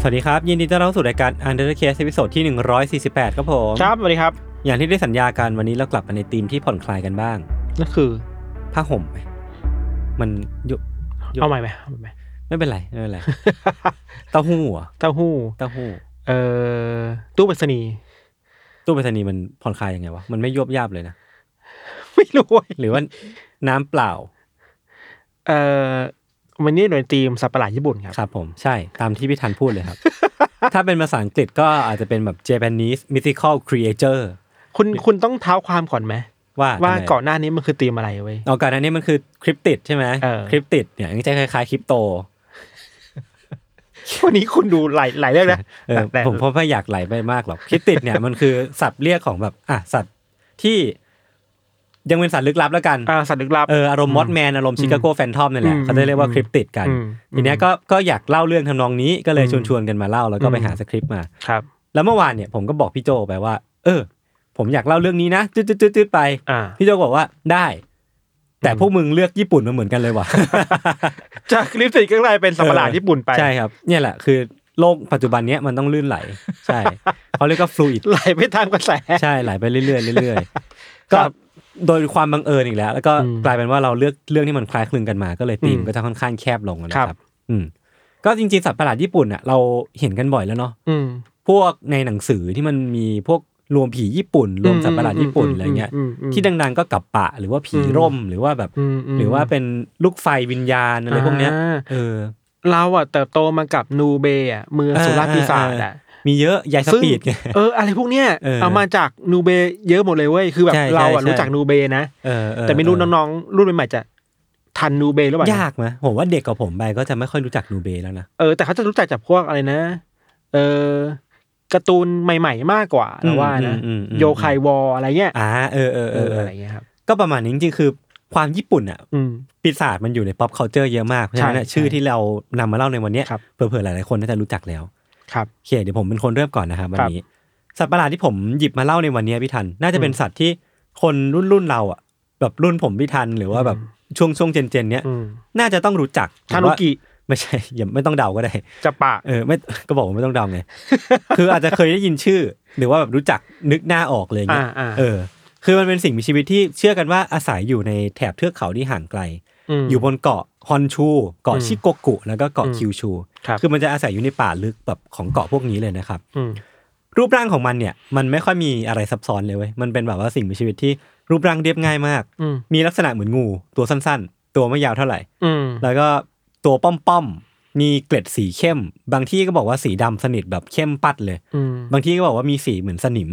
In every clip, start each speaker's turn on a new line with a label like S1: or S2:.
S1: สวัสดีครับ ยินดีต้อนรับสู่รายการ Untitled Case ตอนที่ 148 ครับผม
S2: ครับสวัสดีครับ
S1: อย่างที่ได้สัญญากันวันนี้เรากลับมาในธีมที่ผ่อนคลายกันบ้าง
S2: นั่นคือ
S1: ผ้าห่มไหมมันยุ ยก
S2: เอาใหม่ไหมเอาใหม่ไหม
S1: ไม่เป็นไรไม่เป็นไร เต้าหู้เหรอ
S2: เต้าหู้
S1: เต้าหู้
S2: เอ่อตู้ไปรษณีย์
S1: ตู้ไปรษณีย์มันผ่อนคลายยังไงวะมันไม่ยวบยาบเลยนะ
S2: ไม่รู้เว้ย
S1: หรือว่าน้ำเปล่า
S2: เอ่อวันนี้หน่วยทีมสัตว์ประหลาดญี่ปุ่นครับ
S1: ครับผมใช่ตามที่พี่ธันพูดเลยครับ ถ้าเป็นภาษาอังกฤษก็อาจจะเป็นแบบ Japanese mythical creature
S2: คุณคุณต้องเท้าความก่อนไหม
S1: ว่า
S2: ว่า
S1: ทำไม
S2: ก่อนหน้านี้มันคือทีมอะไรเว้ย
S1: เอาก่อนอันนี้มันคือคริปติดใช่ไหม
S2: เออ
S1: คริปติดเนี่ยมันจะคล้ายๆคริปโต
S2: วันนี้คุณดูหลาย หลายเรื่องนะ
S1: เออ
S2: แปลกๆ
S1: ผมเพราะไม่อยากไหลไปมากหรอกคริปติดเนี่ยมันคือ สัตว์เรียกของแบบอ่ะสัตว์ที่ยังเป็นสัตว์ลึกลับแล้วกัน
S2: อ่าสัตว์ลึกลับ
S1: เอออารมณ์มอดแมนอารมณ์ชิคาโกแฟนทอมนั่นแหละ
S2: อืม
S1: เขาจะเรียกว่า
S2: อืม
S1: คริปติดกัน
S2: อืม
S1: ทีเนี้ยก็ก็อยากเล่าเรื่องทำนองนี้ก็เลย
S2: อืม
S1: ชวนๆกันมาเล่าแล้วก็ไป
S2: อืม
S1: หาสคริปต์มา
S2: ครับ
S1: แล้วเมื่อวานเนี่ยผมก็บอกพี่โจไปว่า เออ ผมอยากเล่าเรื่องนี้นะจืดๆๆๆไป
S2: อ่า
S1: พี่โจบอกว่าได้ แต่
S2: อืม
S1: พวกมึงเลือกญี่ปุ่นมาเหมือนกันเลย ว่ะ
S2: จากคลิปติดก็กลายเป็นสัตว์ประหลาดญี่ปุ่นไป
S1: ใช่ครับ เนี่ยแหละคือโลกปัจจุบันเนี้ยมันต้องลื่นไหล ใช่เขาเรียกว่าฟลูอิด
S2: ไหลไปตามกระแส
S1: ใช่ไหลไปเรื่อยๆเรื่อย ๆก็
S2: ครับ
S1: โดยความบังเอิญอีกแล้ว แล้วก็
S2: อืม
S1: กลายเป็นว่าเราเลือกเรื่องที่มันคล้ายคลึงกันมา ก็เลยธีม
S2: อืม
S1: ก็จะค่อนข้างแคบลงนะค
S2: ครั
S1: รับ
S2: บ
S1: อืมก็จริงๆสัตว์ประหลาดญี่ปุ่นอ่ะเราเห็นกันบ่อยแล้วเนาะ
S2: อืม
S1: พวกในหนังสือที่มันมีพวกรวมผีญี่ปุ่น รวมสัตว์ประหลาดญี่ปุ่นอะไรเงี้ย
S2: อืมอืมอืม
S1: ที่ดังๆก็กับปะหรือว่าผีร่มหรือว่าแบบ
S2: อืมอืม
S1: หรือว่าเป็นลูกไฟวิญญาณอะไรพวกเนี้ยเออ
S2: เราอ่ะเติบโตมากับนูเบย์อ่ะมือสุราปีศาจอ่ะ
S1: มีเยอะยายส
S2: ซึ่ง
S1: ปีดไง
S2: เอออะไรพวกเนี้ย
S1: เออ
S2: เอามาจากนูเบย์เยอะหมดเลยเว้ยคือแบบ
S1: ใช่ใช่
S2: เราอ่ะ
S1: ใช่
S2: รู้จักนูเบย์นะ
S1: เออเออ
S2: แต่ไม่รู้
S1: เออ
S2: น้องๆรุ่นใหม่ๆจะทันนูเบย์หรือเปล่าย
S1: ากไหมผมว่าเด็กกว่าผมไปก็จะไม่ค่อยรู้จักนูเบแล้วนะ
S2: เออแต่เขาจะรู้จักจากพวกอะไรนะ เออการ์ตูนใหม่ ๆ มากกว่า
S1: อืม
S2: เราว่านะ
S1: อืมอืม
S2: โยคายวอลอะไรเงี้ย
S1: อ่าเออเออเออเอ
S2: อะไร
S1: อ
S2: เงี้ยครับ
S1: ก็ประมาณนี้จริงๆคือความญี่ปุ่นอ่ะ
S2: อืม
S1: ปีศาจมันอยู่ใน pop culture เยอะมากเพราะฉะนั้นอะ
S2: ใช่
S1: ชื่อที่เรานำมาเล่าในวันเนี้ย
S2: ครับ
S1: เผื่อๆหลายๆคนน่าจะรู้จักแล้ว
S2: ครับ
S1: โอเคเดี๋ยวผมเป็นคนเริ่มก่อนนะครับวัน
S2: ครับ
S1: นี้ สัตว์ประหลาดที่ผมหยิบมาเล่าในวันนี้พี่ทัน น่าจะเป็น
S2: อืม
S1: สัตว์ที่คนรุ่นรุ่นๆเราอ่ะแบบรุ่นผมพี่ทันหรือว่าแบบ
S2: อืม
S1: ช่วงช่วงเจนเจนเนี้ย
S2: อืม
S1: น่าจะต้องรู้จัก
S2: ทานุกิ
S1: หรือว่ไม่ใช่ อย่าไม่ต้องเดาก็ได้
S2: จะปะ
S1: เออไม่ ก็บอกว่าไม่ต้องเดา ไง คืออาจจะเคยได้ยินชื่อ หรือว่าแบบรู้จักนึกหน้าออกเลยาง
S2: อ่า
S1: เงี้ย
S2: อ่า
S1: เออ คือมันเป็นสิ่งมีชีวิตที่เชื่อกันว่าอาศัยอยู่ในแถบเทือกเขาที่ห่างไกล
S2: ม
S1: อยู่บนเกาะฮอนชูเกาะ
S2: อืม
S1: ชิโกกุแล้วก็เกาะ
S2: อืม
S1: คิวชู
S2: ครับ
S1: อมันจะอาศัยอยู่ในป่าลึกแบบของเกาะพวกนี้เลยนะครับ
S2: อืม
S1: รูปร่างของมันเนี่ยมันไม่ค่อยมีอะไรซับซ้อนเลยเว้ยมันเป็นแบบว่าสิ่งมีชีวิตที่รูปร่างเรียบง่ายมาก
S2: อืม
S1: มีลักษณะเหมือนงู ตัวสั้นๆ ตัวไม่ยาวเท่าไหร่
S2: อืม
S1: แล้วก็ตัวป้อมๆมีเกล็ดสีเข้ม บางที่ก็บอกว่าสีดำสนิทแบบเข้มปัดเลย
S2: อืม
S1: บางที่ก็บอกว่ามีสีเหมือนสนิม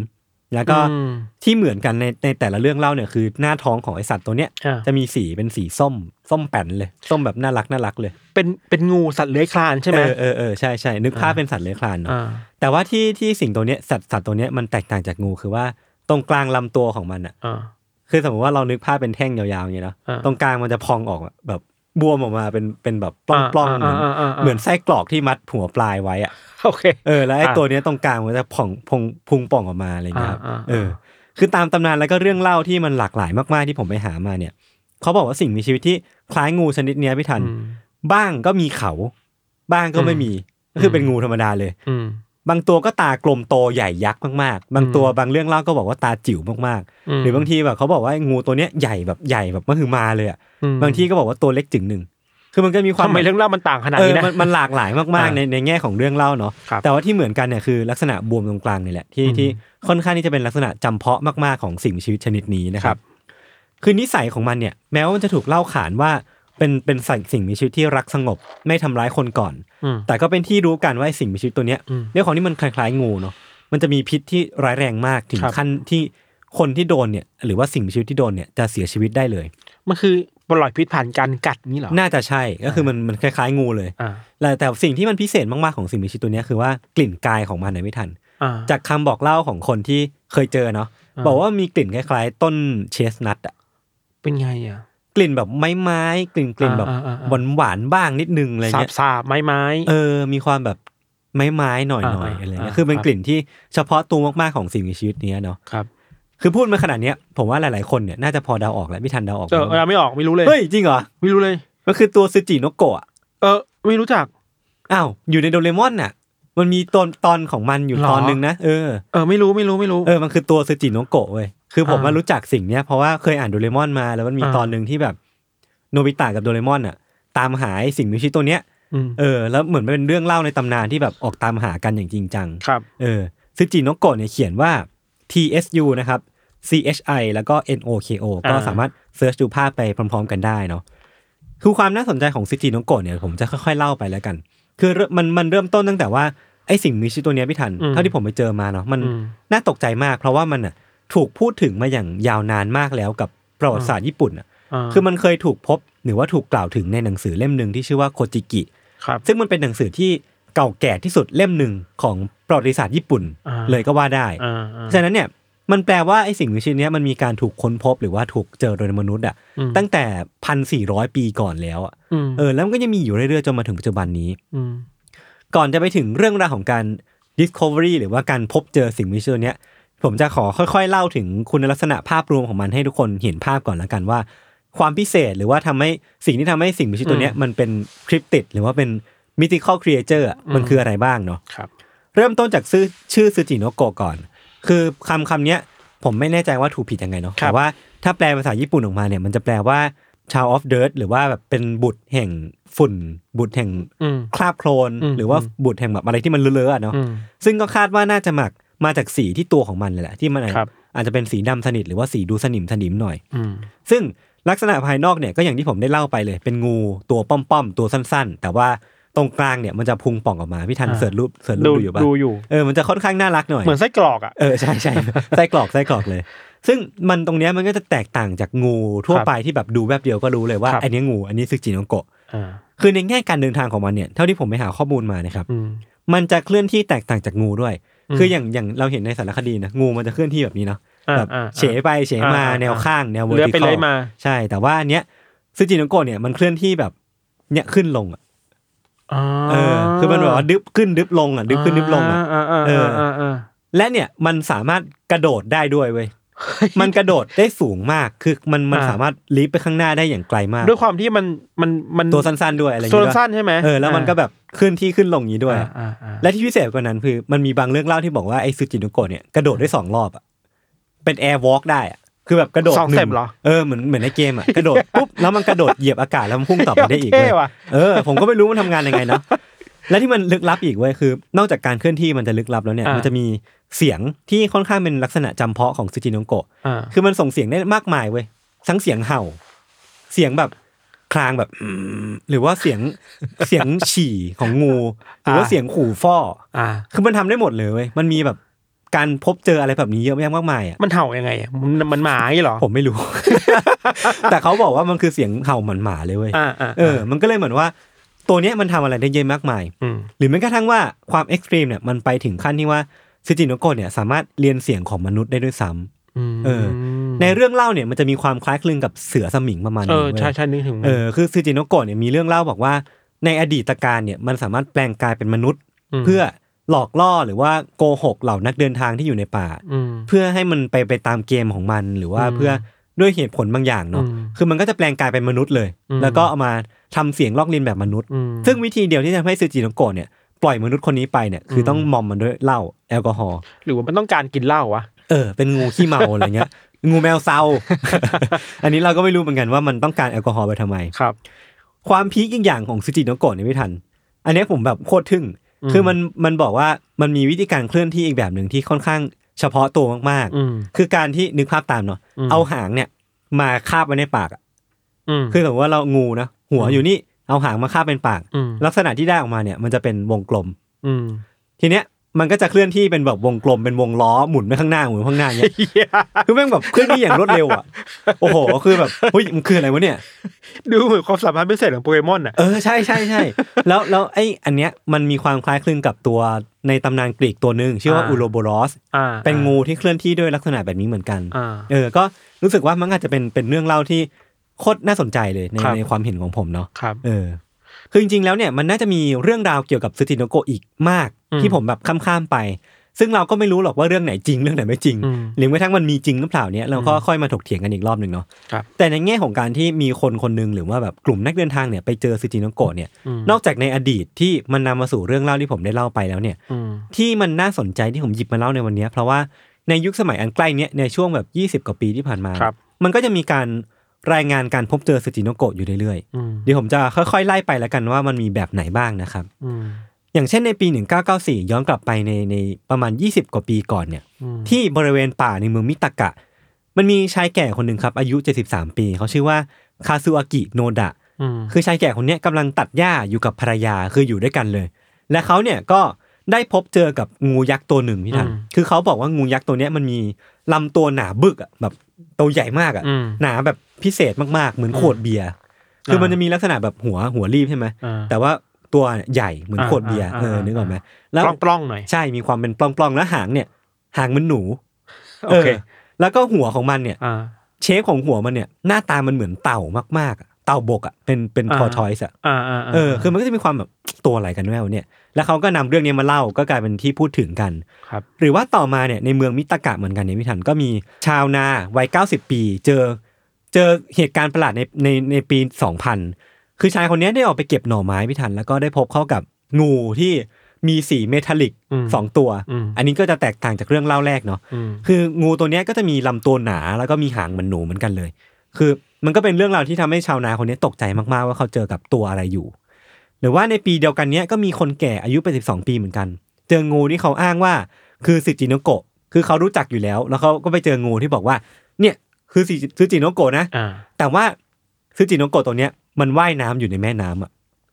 S1: แล้วก็
S2: อืม
S1: ที่เหมือนกันในในแต่ละเรื่องเล่าเนี่ยคือหน้าท้องของไอสัตว์ตัวเนี้ย
S2: อ่า
S1: จะมีสีเป็นสีส้ม ส้มแป้นเลย ส้มแบบน่ารักน่ารักเลย
S2: เป็นเป็นงูสัตว์เลื้อยคลานใช่ไหม
S1: เออเออเออใช่ใช่นึกภาพเป็นสัตว์เลื้อยคลานเนาะ
S2: อ่า
S1: แต่ว่าที่ที่สิ่งตัวเนี้ยสัตว์สัตว์ตัวเนี้ยมันแตกต่างจากงูคือว่าตรงกลางลำตัวของมันอะ
S2: อ่า
S1: คือสมมติว่าเรานึกภาพเป็นแท่งยาวๆอย่างเงี้ยเนาะ
S2: อ่า
S1: ตรงกลางมันจะพองออกอะแบบบวมออกมาเป็นเป็นแบบปล้องๆเหมือน
S2: อ่าอ่าอ่าอ่า
S1: เหมือนไส้กรอกที่มัดหัวปลายไว้อะ
S2: โอเค
S1: เออแล้วไอ้
S2: อ่า
S1: ตัวเนี้ยตรงกลางมันจะผ่องพองพุงป่องออกมาอะไรเงี้ยครับ
S2: อ่าอ่า
S1: เออ คือตามตำนานแล้วก็เรื่องเล่าที่มันหลากหลายมากๆที่ผมไปหามาเนี่ยเขาบอกว่าสิ่งมีชีวิตที่คล้ายงูชนิดเนี้ยพี่ทัน
S2: อืม
S1: บ้างก็มีเขา บ้างก็ไม่มีก็คือเป็นงูธรรมดาเลย
S2: อืม
S1: บางตัวก็ตากลมโตใหญ่ยักษ์มากๆ บางตัวบางเรื่องเล่าก็บอกว่าตาจิ๋วมากๆ หรือบางทีแบบเขาบอกว่างูตัวเนี้ยใหญ่แบบใหญ่แบบมหึมาเลยอะบางทีก็บอกว่าตัวเล็กจึงหนึ่ง คือมันก็มีความ
S2: ทำไมเรื่องเล่ามันต่างขนาด
S1: เออ
S2: นี้นะ
S1: มันมันหลากหลายมาก
S2: อ่า
S1: ๆในในแง่ของเรื่องเล่าเนาะ
S2: ครับ
S1: แต่ว่าที่เหมือนกันเนี่ยคือลักษณะบวมตรงกลางนี่แหละที่
S2: อืม
S1: ที่ค่อนข้างที่จะเป็นลักษณะจำเพาะมากๆของสิ่งมีชีวิตชนิดนี้นะครั
S2: ครับ บ
S1: คือนิสัยของมันเนี่ย แม้ว่ามันจะถูกเล่าขานว่าเป็นเป็นสัตว์สิ่งมีชีวิตที่รักสงบ ไม่ทำร้ายคนก่อน
S2: อืม
S1: แต่ก็เป็นที่รู้กันว่าไอ้สิ่งมีชีวิตตัวเนี้ย
S2: อืม
S1: ด้วยความที่มันคล้ายๆงูเนาะมันจะมีพิษที่ร้ายแรงมากถึง
S2: ครับ
S1: ขั้นที่คนที่โดนเนี่ย หรือว่าสิ่งมีชีวิตที่โดนเนี่ยจะเสียชีวิตได้เลย
S2: มันคือปล่อยพิษผ่านการกัดนี่เหรอ
S1: น่าจะใช่ก็คือมันมันคล้ายๆงูเลย
S2: อ่า
S1: แต่แต่สิ่งที่มันพิเศษมากๆของสิ่งมีชีวิตตัวเนี้ยคือว่ากลิ่นกายของมันเนี่ยไม่ทัน
S2: อ่า
S1: จากคำบอกเล่าของคนที่เคยเจอเนาะ
S2: อ่า
S1: บอกว่ามีกลิ่นคล้ายๆ ต้นเชสนัทอะ
S2: เป็นไงอ่ะ
S1: กลิ่นแบบไม้ไม้ๆกลิ่นกลิ่นแบบ
S2: อ่าอ่าอ่า
S1: หวานหวานๆบ้างนิดนึงอะไร
S2: สา
S1: เงี้
S2: บ
S1: ย
S2: สาบๆไม้ไม้
S1: เออ มีความแบบไม้ไม้ๆหน่อย
S2: อ่า
S1: หน่อย
S2: อ่า
S1: อะไรเงี้ย
S2: อ่า
S1: คือเป็น
S2: ครับ
S1: กลิ่นที่เฉพาะตัวมากๆของสิ่งมีชีวิตเนี้ยเนาะ
S2: ครับ
S1: คือพูดมาขนาดเนี้ย ผมว่าหลายๆคนเนี่ยน่าจะพอเดาออกแล้วพี่ทันเดาออกไหม
S2: เออเราไม่ออกไม่รู้เลย
S1: เฮ้ย จริงเหรอ
S2: ไม่รู้เลย
S1: มันคือตัวซูจิโนโกะอะ
S2: เออ ไม่รู้จัก
S1: อ้าว อยู่ในโดเรมอนน่ะ มันมีตอนตอนของมันอยู่
S2: หรอ
S1: ตอนหนึ่งนะ เออ
S2: เออไม่รู้ไม่รู้ไม่รู้
S1: เออ มันคือตัวซูจิโนโกะเว้ย คือผม
S2: อ่าม
S1: มารู้จักสิ่งเนี้ยเพราะว่าเคยอ่านโดเรมอนมา แล้วมันมี
S2: อ่า
S1: ตอนหนึ่งที่แบบโนบิตะกับโดเรมอนน่ะ ตามหาไอ้สิ่งมีชีวิตตัวเนี้ย
S2: ม
S1: เออ แล้วเหมือนมันเป็นเรื่องเล่าในตำนานที่แบบออกตามหากันอย่างจริงจัง
S2: ครับ
S1: เออซึจิโนโกะเนี่ยเขียนว่า tsu นะครับ chi แล้วก็ noko
S2: อ่า
S1: ก็สามารถเซิร์ชดูภาพไปพร้อม ๆ กันได้เนาะคือความน่าสนใจของซึจิโนโกะเนี่ยผมจะค่อยๆ เล่าไปแล้วกัน คือเริ่มมันมันเริ่มต้นตั้งแต่ว่าไอสิ่งมีชีวิตตัวเนี้ยพี่ทัน
S2: อืม
S1: เท่าที่ผมไปเจอมาเนาะมัน
S2: อืม
S1: น่าตกใจมาก เพราะว่ามันอ่ะถูกพูดถึงมาอย่างยาวนานมากแล้วกับประวัติศาสตร์ญี่ปุ่นอ่ะ
S2: อ่า
S1: คือมันเคยถูกพบหรือว่าถูกกล่าวถึงในหนังสือเล่มหนึ่งที่ชื่อว่าโคจิกิ
S2: ครับ
S1: ซึ่งมันเป็นหนังสือที่เก่าแก่ที่สุดเล่มหนึ่งของประวัติศาสตร์ญี่ปุ่น
S2: อ่า
S1: เลยก็ว่าได้
S2: อ่าอ่า
S1: ฉะนั้นเนี่ยมันแปลว่าไอ้สิ่งมีชีวิตเนี้ยมันมีการถูกค้นพบหรือว่าถูกเจอโดยมนุษย์อ่ะ
S2: อืม
S1: ตั้งแต่พันสี่ร้อยปีก่อนแล้วอะ
S2: อืม
S1: เออแล้วมันก็ยังมีอยู่เรื่อยๆจนมาถึงปัจจุบันนี้
S2: ม
S1: ก่อนจะไปถึงเรื่องราวของการ discovery หรือว่าการพบเจอสิ่งมีชีวิตเนี้ยผมจะขอค่อยๆ เล่าถึงคุณลักษณะภาพรวมของมันให้ทุกคนเห็นภาพก่อนละกันว่า ความพิเศษหรือว่าทำให้สิ่งที่ทำให้สิ่งมีชีวิตตัวเนี้ยมันเป็นคริปติดหรือว่าเป็นมิติคอลครีเอเจอร์มันคืออะไรบ้างเนาะ
S2: ครับ
S1: เริ่มต้นจากชื่อชื่อซูจิโนโกะก่อน คือคำคำเนี้ยผมไม่แน่ใจว่าถูกผิดยังไงเนาะ
S2: ครับ
S1: แต่ว่าถ้าแปลภาษาญี่ปุ่นออกมาเนี่ยมันจะแปลว่า child of dirt หรือว่าแบบเป็นบุตรแห่งฝุ่น บุตรแห่ง
S2: อืม
S1: คราบโคลน
S2: อืม
S1: หรือว่า
S2: อืม
S1: บุตรแห่งแบบอะไรที่มันเลอะๆอะเนาะ
S2: อืม
S1: ซึ่งก็คาดว่าน่าจะหมักมาจากสีที่ตัวของมันเลยแหละที่มันอาจ
S2: ครับ
S1: อาจจะเป็นสีดำสนิทหรือว่าสีดูสนิมสนิมหน่อย
S2: อืม
S1: ซึ่งลักษณะภายนอกเนี่ยก็อย่างที่ผมได้เล่าไปเลย เป็นงูตัวป้อมๆตัวสั้นๆ แต่ว่าตรงกลางเนี่ยมันจะพุงป่องออกมาพี่ทัน
S2: อ่า
S1: เสิร์ชรูปเสิร์ชรู
S2: ดู
S1: ปดูอยู่ปะ
S2: ดูอยู่
S1: เออมันจะค่อนข้างน่ารักหน่อย
S2: เหมือนไส้กรอกอ่ะ
S1: เออใช่ใช่ ไส้กรอกไส้กรอกเลย ซึ่งมันตรงเนี้ยมันก็จะแตกต่างจากงูทั่ว
S2: ครับ
S1: ไปที่แบบดูแวบเดียวก็รู้เลยว่า
S2: ครับ
S1: อันเนี้ยงูอันนี้ซึจิโนโกะ
S2: อ่า
S1: คือในแง่การเดินทางของมันเนี่ยเท่าที่ผมไปหาข้อมูลมานะครับ
S2: อืม
S1: มันจะเคลื่อนที่แตกต่างจากงูด้วย
S2: อืม
S1: คืออย่างอย่างเราเห็นในสารคดีนะ งูมันจะเคลื่อนที่แบบนี้เนาะ
S2: า
S1: แบบ
S2: อ่า
S1: เฉไปเฉมา
S2: อ่าอ่า
S1: แนวข้างแนวเวอร์
S2: เลื้อย
S1: ติ
S2: ไป
S1: คอ
S2: เลื้อยมา
S1: ใช่ แต่ว่าอันเนี้ยซูจิโนโกะเนี่ยมันเคลื่อนที่แบบเนี่ยขึ้นลงอ่ะ
S2: อ๋อ
S1: เออ คือมันแบบว่าดึบขึ้นดึบลงอ่ะ ดึบขึ้นดึบลงอ่ะ
S2: าา
S1: เออ
S2: าาา
S1: และเนี่ยมันสามารถกระโดดได้ด้วยเว้ย
S2: เฮ้ย
S1: มันกระโดดได้สูงมาก คือมันมัน
S2: อ่า
S1: สามารถลีฟไปข้างหน้าได้อย่างไกลมาก
S2: ด้วยความที่มันมันมัน
S1: ตัวสั้นๆด้วยอะไรอย่าง
S2: ตัว
S1: เงี้ย
S2: สั้นๆใช่ไหม
S1: เออ แล้วมันก็แบบเคลื่อนที่ขึ้นลงอย่างนี้ด้วย
S2: อ่าอ่าอ่า
S1: และที่พิเศษกว่านั้นคือมันมีบางเรื่องเล่าที่บอกว่าไอ้ซูจิโนโกะเนี่ยกระโดดได้สองรอบอะเป็นแอร์วอล์กได้อะคือแบบกระโดด
S2: สอง
S1: นึ่
S2: เต็มเหรอ
S1: เออเหมือนเหมือนในเกมอะกระโดด ปุ๊บแล้วมันกระโดดเหยียบอากาศแล้วมันพุ่งต่อไปได้อีก
S2: เท่
S1: เว้ย
S2: ว่ะ
S1: เออผมก็ไม่รู้มันทำงานยังไงเนาะและที่มันลึกลับอีกเว้ยคือ นอกจากการเคลื่อนที่มันจะลึกลับแล้วเนี่ย
S2: อ่ามั
S1: มันจะมีเสียงที่ค่อนข้างเป็นลักษณะจำเพาะของซูจิโนโกะ
S2: อ่า
S1: คือมันส่งเสียงได้มากมายเว้ยทั้งเสียงเห่า เสียงแบบคลางแบบอืมหรือว่าเสียงเสียงฉี่ของงูหรือว่าเสียงขู่ฟ่อ
S2: อ่า
S1: คือมันทำได้หมดเลยเว้ย มันมีแบบการพบเจออะไรแบบนี้เยอะแยะมากมายอ่ะ
S2: มันเห่ายังไงอะมันมันหมาอย่างงี้เหรอ
S1: ผมไม่รู้ แต่เขาบอกว่ามันคือเสียงเห่าหมันหมาเลยเว้ย
S2: อ่าอ่า
S1: เออ มันก็เลยเหมือนว่า ตัวเนี้ยมันทำอะไรได้เยอะมากมาย
S2: อืม
S1: หรือแม้กระทั่งว่าความเอ็กซ์ตรีมเนี่ยมันไปถึงขั้นที่ว่าซิจิโนโกะเนี่ยสามารถเรียนเสียงของมนุษย์ได้ด้วยซ้ำ
S2: ม
S1: เออ ในเรื่องเล่าเนี่ยมันจะมีความคล้ายคลึงกับเสือสมิงประมาณ
S2: เอ
S1: นึง
S2: อ
S1: เว้ย
S2: ใช่ใช่นึกถึงมัน
S1: เออคือซูจิโนโกะเนี่ยมีเรื่องเล่าบอกว่า ในอดีตการเนี่ยมันสามารถแปลงกายเป็นมนุษย์
S2: อืม
S1: เพื่อหลอกล่อหรือว่าโกหกเหล่านักเดินทางที่อยู่ในป่า
S2: ม
S1: เพื่อให้มันไปไปตามเกมของมันหรือว่า
S2: อืม
S1: เพื่อด้วยเหตุผลบางอย่างเนาะ
S2: อืม
S1: คือมันก็จะแปลงกายเป็นมนุษย์เลย
S2: อืม
S1: แล้วก็เอามาทำเสียงลอกเลียนแบบมนุษย์
S2: อืม
S1: ซึ่งวิธีเดียวที่จะทำให้ซูจิโนโกะเนี่ยปล่อยมนุษย์คนนี้ไปเนี่ยคืออ
S2: ม
S1: ต้องมอมมันด้วยเหล้าแอลกอฮอล์
S2: หรือว่ามันต้องการกินเหล้าวะ
S1: เออเป็นงูขี้เมาอะไร เงี้ย งูแมวเซา อันนี้เราก็ไม่รู้เหมือนกันว่ามันต้องการแอลกอฮอล์ไปทำไม
S2: ครับ
S1: ความพีคอีกอย่างของซูจิโนโกะเนี่ยพี่ทัน อันเนี้ยผมแบบโคตรทึ่ง
S2: อืม
S1: คือมันมันบอกว่ามันมีวิธีการเคลื่อนที่อีกแบบหนึ่งที่ค่อนข้างเฉพาะตัวมาก
S2: อืม
S1: ๆ คือการที่นึกภาพตามเนาะ
S2: อืม
S1: เอาหางเนี่ยมาคาบไว้ในปากอะ
S2: อืม
S1: คือสมมติว่าเรางูนะหัวอยู่นี่เอาหางมาคาบเป็นปาก
S2: ม
S1: ลักษณะที่ได้ออกมาเนี่ยมันจะเป็นวงกลม
S2: อืม
S1: ทีเนี้ยมันก็จะเคลื่อนที่เป็นแบบวงกลมเป็นวงล้อหมุนไปข้างหน้าหมุนไปข้างหน้าเนี่ย คือแม่งแบบเคลื่อนที่อย่างรวดเร็วอ่ะ โอ้โห คือแบบเฮ้ยมันคืออะไรวะเนี่ย
S2: ดูเหมือนความสามารถพิเศษของโปเกมอนอ่ะ
S1: เออใช่ใช่ใช่ แล้วแล้วไอ้อันเนี้ยมันมีความคล้ายคลึงกับตัวในตำนานกรีกตัวหนึ่งชื่อว่า
S2: อ่า
S1: อุโรโบรอส
S2: อ่า
S1: เป็นงูที่เคลื่อนที่ด้วยลักษณะแบบนี้เหมือนกัน
S2: อ่า
S1: เออ ก็รู้สึกว่ามันอาจจะเป็นเป็นเรื่องเล่าที่โคตรน่าสนใจเลยใน
S2: ครับ
S1: ในความเห็นของผมเนาะ
S2: ครับ
S1: เออ คือจริงๆ แล้วเนี่ยมันน่าจะมีเรื่องราวเกี่ยวกับสติโนโกะอีกมาก
S2: อืม
S1: ที่ผมแบบข้ามๆไป ซึ่งเราก็ไม่รู้หรอกว่าเรื่องไหนจริงเรื่องไหนไม่จริง
S2: อืม
S1: หรือแม้กระทั่งมันมีจริงหรือเปล่าเนี่ยเราก็ค่อยมาถกเถียงกันอีกรอบหนึ่งเนาะ
S2: ครับ
S1: แต่ในแง่ของการที่มีคนคนหนึงหรือว่าแบบกลุ่มนักเดินทางเนี่ยไปเจอสติโนโกะเนี่ย
S2: ม
S1: นอกจากในอดีตที่มันนำมาสู่เรื่องเล่าที่ผมได้เล่าไปแล้วเนี่ย
S2: อืม
S1: ที่มันน่าสนใจที่ผมหยิบมาเล่าในวันเนี้ยเพราะว่าในยุคสมัยอันใกล้เนี้ยในช่วงแบบ 20 กว่าปีที่ผ่านมา
S2: ครับ
S1: มันก็จะมีการรายงานการพบเจอสติโนโกะอยู่เรื่อยๆ
S2: อืม
S1: เดี๋ยวผมจะค่อยๆ ไล่ไปแล้วกันว่ามันมีแบบไหนบ้างนะครับ
S2: อืม
S1: อย่างเช่นในปี 1994 ย้อนกลับไปในในประมาณ 20 กว่าปีก่อนเนี่ย
S2: อืม
S1: ที่บริเวณป่าในเมืองมิตากะ มันมีชายแก่คนหนึ่งครับอายุ 73 ปี เขาชื่อว่าคาซูอากิโนดะ
S2: อืม
S1: คือชายแก่คนเนี้ยกำลังตัดหญ้าอยู่กับภรรยาคืออยู่ด้วยกันเลย และเขาเนี่ยก็ได้พบเจอกับงูยักษ์ตัวหนึ่งพี่ทันคือเขาบอกว่างูยักษ์ตัวเนี้ยมันมีลำตัวหนาบึกอะแบบตัวใหญ่มากอะ
S2: อืม
S1: หนาแบบพิเศษมากๆ เหมือนขวดเบียร์ คือมันจะมีลักษณะแบบหัวหัวรีบใช่ไหม
S2: อ่า
S1: แต่ว่าตัวเนี่ยใหญ่เหมือน
S2: อ่า
S1: ขวดเบียร์
S2: อ่า
S1: เออ
S2: อ่า
S1: นึกออกไหม
S2: ป
S1: แล้ว
S2: ล้องปล้องๆหน่อย
S1: ใช่ มีความเป็นปล้องๆ แล้วหางเนี่ย หางเหมันหนู
S2: โอเค
S1: แล้วก็หัวของมันเนี่ย
S2: อ่า
S1: เชฟของหัวมันเนี่ย หน้าตามันเหมือนเต่ามากๆอะเต่าบกอ่ะ เป็นเป็น
S2: อ่า
S1: พอทอยส์อ่ะ
S2: อ่าอ่าา
S1: เออ คือมันก็จะมีความแบบตัวอะไรกันแววะเนี่ย แล้วเขาก็นำเรื่องนี้มาเล่า ก็กลายเป็นที่พูดถึงกัน
S2: ครับ
S1: หรือว่าต่อมาเนี่ยในเมืองมิตากะเหมือนกันเนี่ยพี่ทันก็มีชาวนาวัย 90 ปี เจอ เจอเหตุการณ์ประหลาดในในในปี 2000 คือชายคนเนี้ยได้ออกไปเก็บหน่อไม้พี่ทันแล้วก็ได้พบเข้ากับงูที่มีสีเมทัลลิก
S2: อืม
S1: สองตัว
S2: อืม
S1: อันนี้ก็จะแตกต่างจากเรื่องเล่าแรกเนาะ
S2: อืม
S1: คืองูตัวเนี้ยก็จะมีลำตัวหนาแล้วก็มีหางเหมือนหนูเหมือนกันเลย คือมันก็เป็นเรื่องราวที่ทำให้ชาวนาคนเนี้ยตกใจมากๆว่าเขาเจอกับตัวอะไรอยู่ หรือว่าในปีเดียวกันเนี้ยก็มีคนแก่อายุ82ปีเหมือนกัน เจองูที่เขาอ้างว่าคือสึจิโนโกะคือเขารู้จักอยู่แล้ว แล้วเขาก็ไปเจองูที่บอกว่า เนี่ยคือสึสึจิโนโกะนะ
S2: อ่า
S1: แต่ว่าสึจิโนโกะตัวเนี้ยมันว่ายน้ำอยู่ในแม่น้ำอ่ะ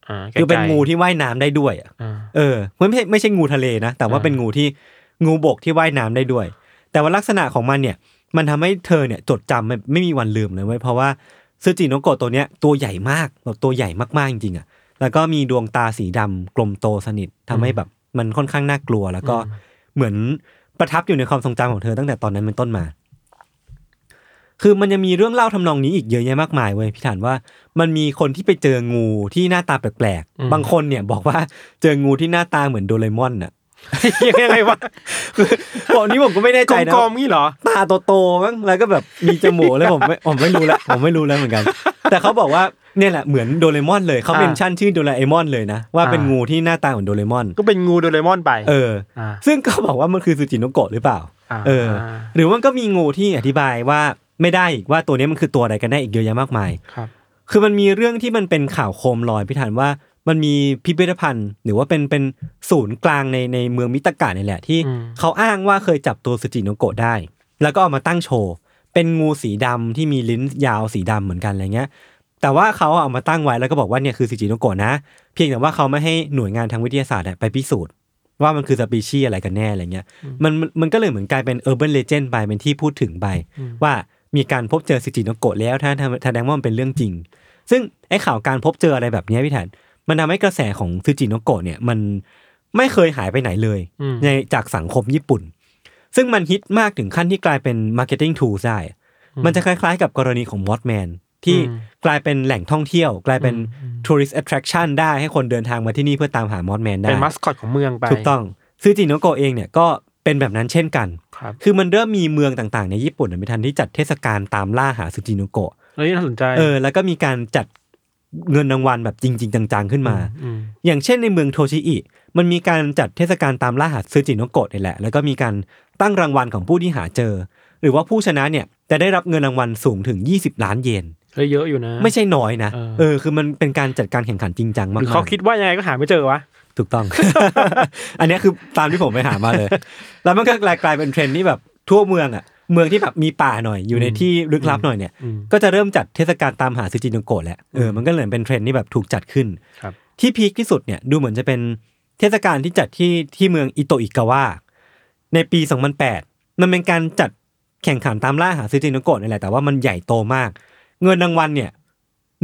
S2: อ่าใกล้ๆ
S1: คือเป็นงูที่ว่ายน้ำได้ด้วยอะ
S2: อ่า
S1: เออมันไม่ใช่ไม่ใช่งูทะเลนะ แต่ว่า
S2: อ่า
S1: เป็นงูที่งูบกที่ว่ายน้ำได้ด้วย แต่ว่าลักษณะของมันเนี่ย มันทำให้เธอเนี่ยจดจำไม่ไม่มีวันลืมเลยเว้ยเพราะว่าซูจิโนโกะตัวเนี้ยตัวใหญ่มากแบบตัวใหญ่มากๆจริงๆอ่ะแล้วก็มีดวงตาสีดำกลมโตสนิททำให้แบบมันค่อนข้างน่ากลัว แล้วก็เหมือนประทับอยู่ในความทรงจำของเธอตั้งแต่ตอนนั้นเป็นต้นมา คือมันยังมีเรื่องเล่าทำนองนี้อีกเยอะแยะมากมายเว้ยพี่ฐานว่ามันมีคนที่ไปเจองูที่หน้าตาแปลก
S2: อืม
S1: ๆ บางคนเนี่ยบอกว่าเจองูที่หน้าตาเหมือนโดเรมอนน่ะ
S2: ยังไง วะ
S1: บอกนี้ผมก็ไม่แน่
S2: ก
S1: ใจนะ
S2: ลมๆงี้เหรอ
S1: ตาโตๆมั้งแล้วก็แบบมีจมูกแล้วผมไม่ผมไม่รู้ละผมไม่รู้แล้วเหมือนกัน แต่เขาบอกว่าเนี่ยแหละเหมือนโดเรมอนเลยเขา
S2: อ่า
S1: เป็นชั่นชื่อโดเรเอมอนเลยนะว่าเป็น
S2: อ่างู
S1: งูที่หน้าตาเหมือนโดเรมอน
S2: ก็เป็นงูโดเรมอนไป
S1: เออ
S2: อ่า
S1: ซึ่งก็บอกว่ามันคือซูจิโนโกะหรือเปล่า
S2: า
S1: เออ หรือว่าก็มีงูที่อธิบายว่าไม่ได้อีกว่าตัวนี้มันคือตัวอะไรกันแน่อีกเยอะแยะมากมาย
S2: ครับ
S1: คือมันมีเรื่องที่มันเป็นข่าวโคมลอยพิธานว่ามันมีพิพิธภัณฑ์ หรือว่าเป็นเป็นศูนย์กลางในในเมืองมิตากะนี่แหละที่
S2: อืม
S1: เขาอ้างว่าเคยจับตัวสจิโนโกะได้ แล้วก็เอามาตั้งโชว์ เป็นงูสีดำที่มีลิ้นยาวสีดำเหมือนกันอะไรเงี้ย แต่ว่าเขาเอามาตั้งไว้แล้วก็บอกว่าเนี่ยคือสจิโนโกะนะ เพียงแต่ว่าเขาไม่ให้หน่วยงานทางวิทยาศาสตร์อะไปพิสูจน์ ว่ามันคือสปีชีส์อะไรกันแน่อะไรเงี้ยมันมันมันก็เลยเหมือนกลายเป็นเออร์เบิร์นเลเจนด์ไปเป็นที่พูดถึงไป ว่ามีการพบเจอสิจิโนโกะแล้วถ้าถ้าแสดงว่ามันเป็นเรื่องจริง ซึ่งไอ้ข่าวการพบเจออะไรแบบเนี้ยพี่แทนมันทำให้กระแสของซิจิโนโกะเนี่ยมันไม่เคยหายไปไหนเลย
S2: อืม
S1: ในจากสังคมญี่ปุ่น ซึ่งมันฮิตมากถึงขั้นที่กลายเป็น marketing tool ได้ มันจะคล้ายๆกับกรณีของวอตแมนที่
S2: อืม
S1: กลายเป็นแหล่งท่องเที่ยว กลายเป็น tourist attraction ได้ให้คนเดินทางมาที่นี่เพื่อตามหาวอตแมนได้
S2: เป็นมัสคอตของเมืองไป
S1: ถูกต้องซิจิโนโกะเองเนี่ยก็เป็นแบบนั้นเช่นกัน
S2: ครับ
S1: คือมันเริ่มมีเมืองต่างๆ ในญี่ปุ่นนะไม่ทันที่จัดเทศกาลตามล่าหาซูจิโนโกะ
S2: เฮ้ยน่าสนใจ
S1: เออ แล้วก็มีการจัดเงินรางวัลแบบจริง ๆ จัง ๆ ขึ้นมา
S2: อืม
S1: อย่างเช่นในเมืองโทชิอิ มันมีการจัดเทศกาลตามล่าหาซูจิโนโกะนี่แหละ แล้วก็มีการตั้งรางวัลของผู้ที่หาเจอ หรือว่าผู้ชนะเนี่ยจะได้รับเงินรางวัลสูงถึง 20 ล้านเยน
S2: เฮ้ยเยอะอยู่นะ
S1: ไม่ใช่น้อยนะ
S2: เออ
S1: เออคือมันเป็นการจัดการแข่งขันจริงจัง
S2: ห
S1: มาก
S2: รือ
S1: ๆ
S2: เขาคิดว่ายังไงก็หาไม่เจอวะ
S1: ถูกต้อง อันเนี้ยคือตามที่ผมไปหามาเลย แล้วมันก็กลายกลายเป็นเทรนด์ที่แบบทั่วเมืองอ่ะ เมืองที่แบบมีป่าหน่อย อยู่ใน
S2: อืม
S1: ที่ลึกลับหน่อยเนี่ย
S2: อืม
S1: ก็จะเริ่มจัดเทศกาลตามหาซูจิโนโกะแหละ เออ มันก็เหมือนเป็นเทรนด์ที่แบบถูกจัดขึ้น
S2: ครับ
S1: ที่พีคที่สุดเนี่ยดูเหมือนจะเป็นเทศกาลที่จัดที่ที่เมืองอิโตอิกาวะ ในปี 2008 มันเป็นการจัดแข่งขันตามล่าหาซูจิโนโกะนี่แหละ แต่ว่ามันใหญ่โตมาก เงินรางวัลเนี่ย